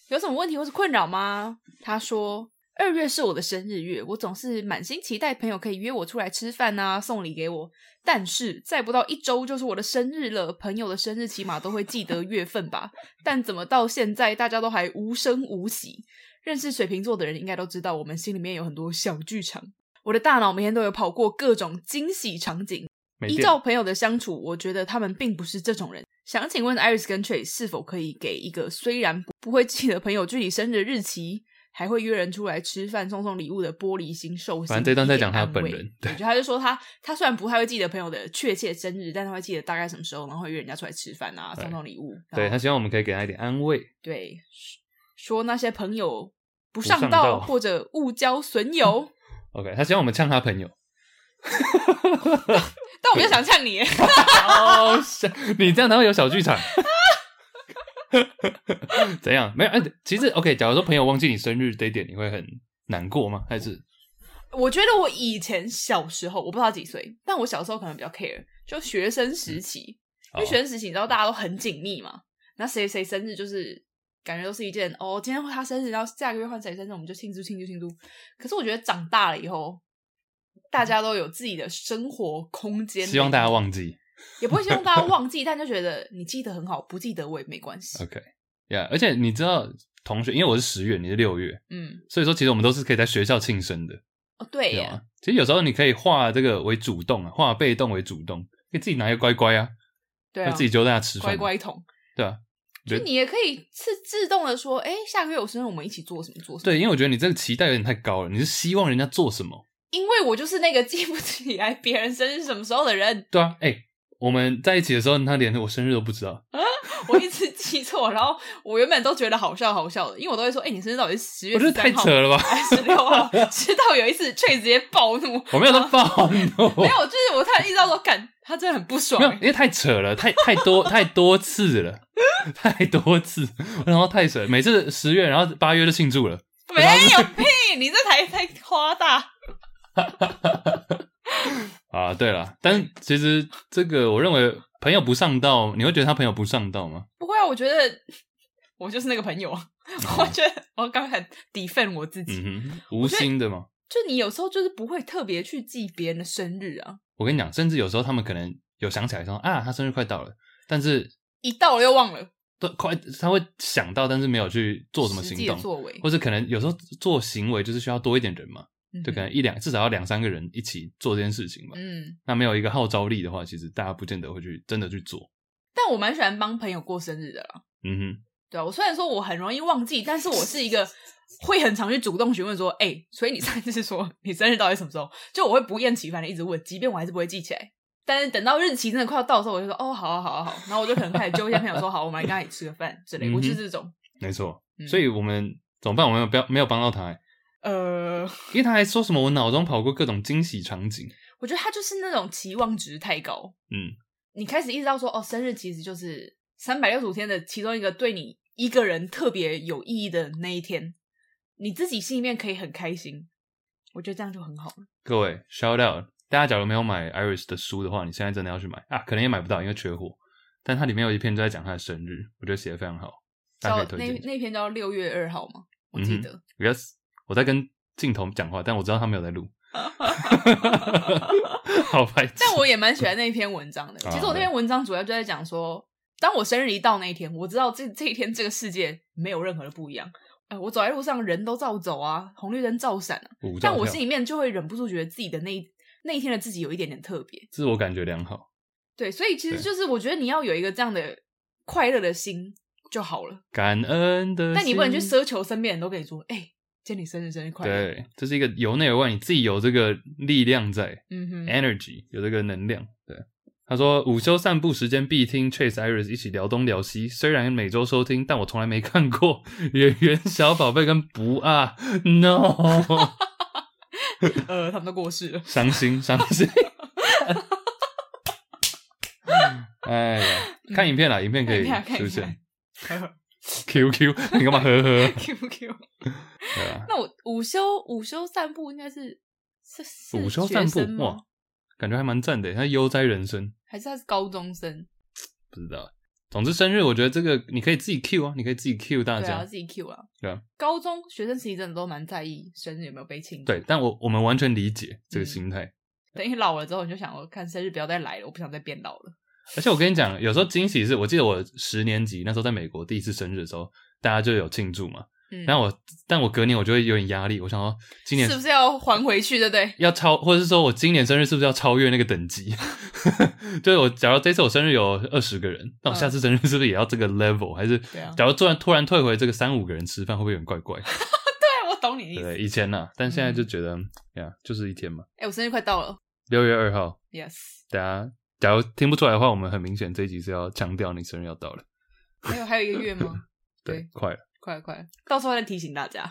[SPEAKER 2] 有什么问题或是困扰吗？他说。二月是我的生日月，我总是满心期待朋友可以约我出来吃饭啊，送礼给我。但是再不到一周就是我的生日了，朋友的生日起码都会记得月份吧？但怎么到现在大家都还无声无息？认识水瓶座的人应该都知道，我们心里面有很多小剧场。我的大脑每天都有跑过各种惊喜场景，
[SPEAKER 1] 没
[SPEAKER 2] 依
[SPEAKER 1] 电
[SPEAKER 2] 照朋友的相处，我觉得他们并不是这种人。想请问 Iris 跟 Trey 是否可以给一个虽然不不会记得朋友具体生日日期，还会约人出来吃饭、送送礼物的玻璃心寿星？
[SPEAKER 1] 反正这段在讲
[SPEAKER 2] 一
[SPEAKER 1] 他
[SPEAKER 2] 点
[SPEAKER 1] 本
[SPEAKER 2] 安慰
[SPEAKER 1] 人
[SPEAKER 2] 我觉得他就说他他虽然不太会记得朋友的确切生日，但他会记得大概什么时候，然后会约人家出来吃饭啊，
[SPEAKER 1] 对
[SPEAKER 2] 送送礼物。
[SPEAKER 1] 对
[SPEAKER 2] 然
[SPEAKER 1] 他
[SPEAKER 2] 后
[SPEAKER 1] 希望我们可以给他一点安慰。
[SPEAKER 2] 对说说那些朋友不
[SPEAKER 1] 上
[SPEAKER 2] 上
[SPEAKER 1] 道
[SPEAKER 2] 道或者误交损
[SPEAKER 1] [LAUGHS]
[SPEAKER 2] 友，
[SPEAKER 1] OK，他希望我们呛他朋友。
[SPEAKER 2] 但我比较想呛你。
[SPEAKER 1] 哦，是你这样才会有小剧场。怎样？没有？哎，其实 OK，假如说朋友忘记你生日这一点，你会很难过吗？还是
[SPEAKER 2] 我觉得我以前小时候，我不知道几岁，但我小时候可能比较 care，就学生时期，
[SPEAKER 1] 嗯哦
[SPEAKER 2] 因为学生时期你知道大家都很紧密嘛，那谁谁生日就是感觉都是一件哦，今天他生日，然后下个月换谁生日，我们就庆祝庆祝庆祝。可是我觉得长大了以后，大家都有自己的生活空间，
[SPEAKER 1] 希望大家忘记
[SPEAKER 2] 也不会希望大家忘记，但就觉得你记得很好，不记得我也没
[SPEAKER 1] [LAUGHS]
[SPEAKER 2] 关系。
[SPEAKER 1] ？OK，呀、yeah,，而且你知道，同学，因为我是十月，你是六月，
[SPEAKER 2] 嗯，
[SPEAKER 1] 所以说其实我们都是可以在学校庆生的，
[SPEAKER 2] 哦对
[SPEAKER 1] 对
[SPEAKER 2] 耶，
[SPEAKER 1] 吗？其实有时啊候你可以化这个为主动啊，化被动为主动，可以自己拿一个乖乖啊，
[SPEAKER 2] 对
[SPEAKER 1] 那
[SPEAKER 2] 啊，
[SPEAKER 1] 自己揪大家吃饭
[SPEAKER 2] 乖
[SPEAKER 1] 啊，
[SPEAKER 2] 乖桶，
[SPEAKER 1] 对啊。
[SPEAKER 2] 就
[SPEAKER 1] 对
[SPEAKER 2] 你也可以是自动的说，哎，下个月我生日，我们一起做什么做什么。
[SPEAKER 1] 对，因为我觉得你这个期待有点太高了，你是希望人家做什么？
[SPEAKER 2] 因为我就是那个记不起来别人生日什么时候的人，
[SPEAKER 1] 对啊，哎、我们在一起的时候，他连我生日都不知道。
[SPEAKER 2] 我一直记错。然后我原本都觉得好笑好笑的，因为我都会说：“哎、你生日到底是十月
[SPEAKER 1] 我觉得
[SPEAKER 2] 十
[SPEAKER 1] 太
[SPEAKER 2] 三号
[SPEAKER 1] 扯了吧！
[SPEAKER 2] 还是十六号？”
[SPEAKER 1] [LAUGHS]
[SPEAKER 2] 直到有一次，翠直接暴怒，
[SPEAKER 1] 我没有说暴怒，
[SPEAKER 2] 啊没有，就是我突然意识到说，干他真的很不爽、
[SPEAKER 1] 没有，
[SPEAKER 2] 欸
[SPEAKER 1] 因为太扯了，太太多太多次了，太多次，然后太扯了，每次十月，然后八月就庆祝了，
[SPEAKER 2] 没有屁，你这才太夸大。
[SPEAKER 1] 啊，对了，但其实这个我认为朋友不上道，你会觉得他朋友不上道吗？
[SPEAKER 2] 不会啊，我觉得 [LAUGHS] 我就是那个朋友啊。
[SPEAKER 1] 哦
[SPEAKER 2] 我觉得我刚才抵奋我自己，
[SPEAKER 1] 嗯哼，无心的嘛。
[SPEAKER 2] 就你有时候就是不会特别去记别人的生日啊，
[SPEAKER 1] 我跟你讲，甚至有时候他们可能有想起来说啊，他生日快到了，但是
[SPEAKER 2] 一到了又忘了
[SPEAKER 1] 都快他会想到，但是没有去做什么
[SPEAKER 2] 实
[SPEAKER 1] 行
[SPEAKER 2] 际的
[SPEAKER 1] 动，
[SPEAKER 2] 作为，
[SPEAKER 1] 或者可能有时候做行为就是需要多一点人嘛，就可
[SPEAKER 2] 嗯
[SPEAKER 1] 能一两至少要两三个人一起做这件事情吧。
[SPEAKER 2] 嗯。
[SPEAKER 1] 那没有一个号召力的话，其实大家不见得会去真的去做。
[SPEAKER 2] 但我蛮喜欢帮朋友过生日的啦。
[SPEAKER 1] 嗯哼，
[SPEAKER 2] 对啊，我虽然说我很容易忘记，但是我是一个会很常去主动询问说，哎、所以你上一次是说你生日到底什么时候？就我会不厌其烦的一直问，即便我还是不会记起来。但是等到日期真的快要到的时候，我就说哦，好啊，好啊，好啊。然后我就可能开始揪一些朋友说，好，我们来跟他一起吃个饭之类。
[SPEAKER 1] 嗯哼
[SPEAKER 2] 我就是这种，
[SPEAKER 1] 没错。
[SPEAKER 2] 嗯
[SPEAKER 1] 所以我们怎么办？我们有不要没有帮到他、欸
[SPEAKER 2] 呃，
[SPEAKER 1] 因为他还说什么我脑中跑过各种惊喜场景。
[SPEAKER 2] 我觉得他就是那种期望值太高。
[SPEAKER 1] 嗯，
[SPEAKER 2] 你开始意识到说，哦，生日其实就是三百六十五天的其中一个对你一个人特别有意义的那一天，你自己心里面可以很开心，我觉得这样就很好了。
[SPEAKER 1] 各位 shout out，大家假如没有买 Iris 的书的话，你现在真的要去买啊，可能也买不到，因为缺货。但它里面有一篇就在讲他的生日，我觉得写的非常好，大家可以推
[SPEAKER 2] 叫哦那
[SPEAKER 1] 荐。
[SPEAKER 2] 那篇叫六月二号嘛，
[SPEAKER 1] 嗯
[SPEAKER 2] 我记得。
[SPEAKER 1] Yes，我在跟镜头讲话，但我知道他没有在
[SPEAKER 2] [LAUGHS]
[SPEAKER 1] 录。 [LAUGHS] 好白痴！
[SPEAKER 2] 但我也蛮喜欢那篇文章的。
[SPEAKER 1] [LAUGHS] 啊
[SPEAKER 2] 其实我那篇文章主要就在讲说，当我生日一到那一天，我知道这这一天这个世界没有任何的不一样。呃，我走在路上，人都照走啊，红绿灯照闪啊，
[SPEAKER 1] 舞照
[SPEAKER 2] 但我
[SPEAKER 1] 跳
[SPEAKER 2] 心里面就会忍不住觉得自己的那一那一天的自己有一点点特别。
[SPEAKER 1] 自我感觉良好。
[SPEAKER 2] 对，所以其实
[SPEAKER 1] 对
[SPEAKER 2] 就是我觉得你要有一个这样的快乐的心就好了，
[SPEAKER 1] 感恩的心。
[SPEAKER 2] 但你不能去奢求身边人都跟你说，哎、今天你生日，生日快乐。
[SPEAKER 1] 对，这是一个由内而外，你自己有这个力量在、
[SPEAKER 2] 嗯哼，
[SPEAKER 1] e n e r g y 有这个能量。对，他说午休散步时间必听 Chase Iris 一起聊东聊西，虽然每周收听，但我从来没看过演员小宝贝跟不啊 No， [LAUGHS]
[SPEAKER 2] 呃，他们都过世了。
[SPEAKER 1] 伤心伤心。哎呀，看影片啦，影片可以
[SPEAKER 2] 看影片啊
[SPEAKER 1] 出
[SPEAKER 2] 看影
[SPEAKER 1] 现。Q Q，你干嘛呵呵？ [LAUGHS]
[SPEAKER 2] Q Q。
[SPEAKER 1] 对啊，
[SPEAKER 2] 那我午休午休散步应该是是是
[SPEAKER 1] 午休
[SPEAKER 2] 学
[SPEAKER 1] 散步
[SPEAKER 2] 生吗
[SPEAKER 1] 哇，感觉还蛮赞的，他悠哉人生。
[SPEAKER 2] 还是他是高中生？
[SPEAKER 1] 不知道。总之，生日我觉得这个你可以自己 Q 啊，你可以自己 Q 大
[SPEAKER 2] 对啊，
[SPEAKER 1] 家。
[SPEAKER 2] 自己 Q 啊。
[SPEAKER 1] 对啊，
[SPEAKER 2] 高中学生时期真的都蛮在意生日有没有被庆祝。
[SPEAKER 1] 对，但我我们完全理解这个
[SPEAKER 2] 嗯
[SPEAKER 1] 心态。
[SPEAKER 2] 等你老了之后，你就想，我看生日不要再来了，我不想再变老了。
[SPEAKER 1] 而且我跟你讲，有时候惊喜是我记得我十年级那时候在美国第一次生日的时候，大家就有庆祝嘛。
[SPEAKER 2] 嗯，
[SPEAKER 1] 但我但我隔年我就会有点压力，我想说今年
[SPEAKER 2] 是不是要还回去，对不对？
[SPEAKER 1] 要超，或者是说我今年生日是不是要超越那个等级？ [LAUGHS] 就是我假如这次我生日有二十个人，那我下次生日是不是也要这个 level？还是
[SPEAKER 2] 嗯对啊
[SPEAKER 1] 假如突然突然退回这个三五个人吃饭，会不会有点怪怪？
[SPEAKER 2] [LAUGHS] 对，我懂你的意
[SPEAKER 1] 对
[SPEAKER 2] 思。
[SPEAKER 1] 不对，
[SPEAKER 2] 哎、
[SPEAKER 1] 以前呐、但现在就觉得呀，就是一天嘛。
[SPEAKER 2] 我生日快到了
[SPEAKER 1] 六月二号，
[SPEAKER 2] [LAUGHS] ，yes。
[SPEAKER 1] 大家假如听不出来的话，我们很明显这一集是要强调你生日要到了，
[SPEAKER 2] 还有还有一个月吗？
[SPEAKER 1] 对，
[SPEAKER 2] 对
[SPEAKER 1] 快了。
[SPEAKER 2] 快了快了，到时候再提醒大 [LAUGHS] 家。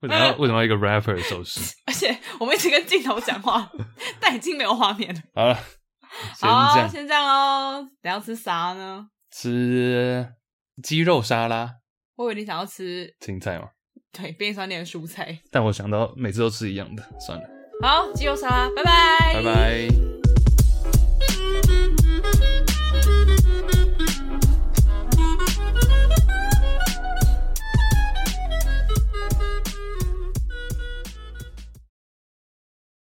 [SPEAKER 1] 为什么
[SPEAKER 2] [LAUGHS]
[SPEAKER 1] 要为什么要一个 rapper 的手势？
[SPEAKER 2] 而且我们一直跟镜头讲 [LAUGHS] 话，但已经没有画面了。
[SPEAKER 1] 好了，先
[SPEAKER 2] 好啊、
[SPEAKER 1] 这样
[SPEAKER 2] 先这样喽。等一下吃啥呢？
[SPEAKER 1] 吃鸡肉沙拉
[SPEAKER 2] 我以为你想要吃
[SPEAKER 1] 青菜嘛，
[SPEAKER 2] 对便利商店的蔬菜。
[SPEAKER 1] 但我想到每次都吃一样的，算了，
[SPEAKER 2] 好，鸡肉沙拉，拜
[SPEAKER 1] 拜
[SPEAKER 2] 拜，
[SPEAKER 1] 拜。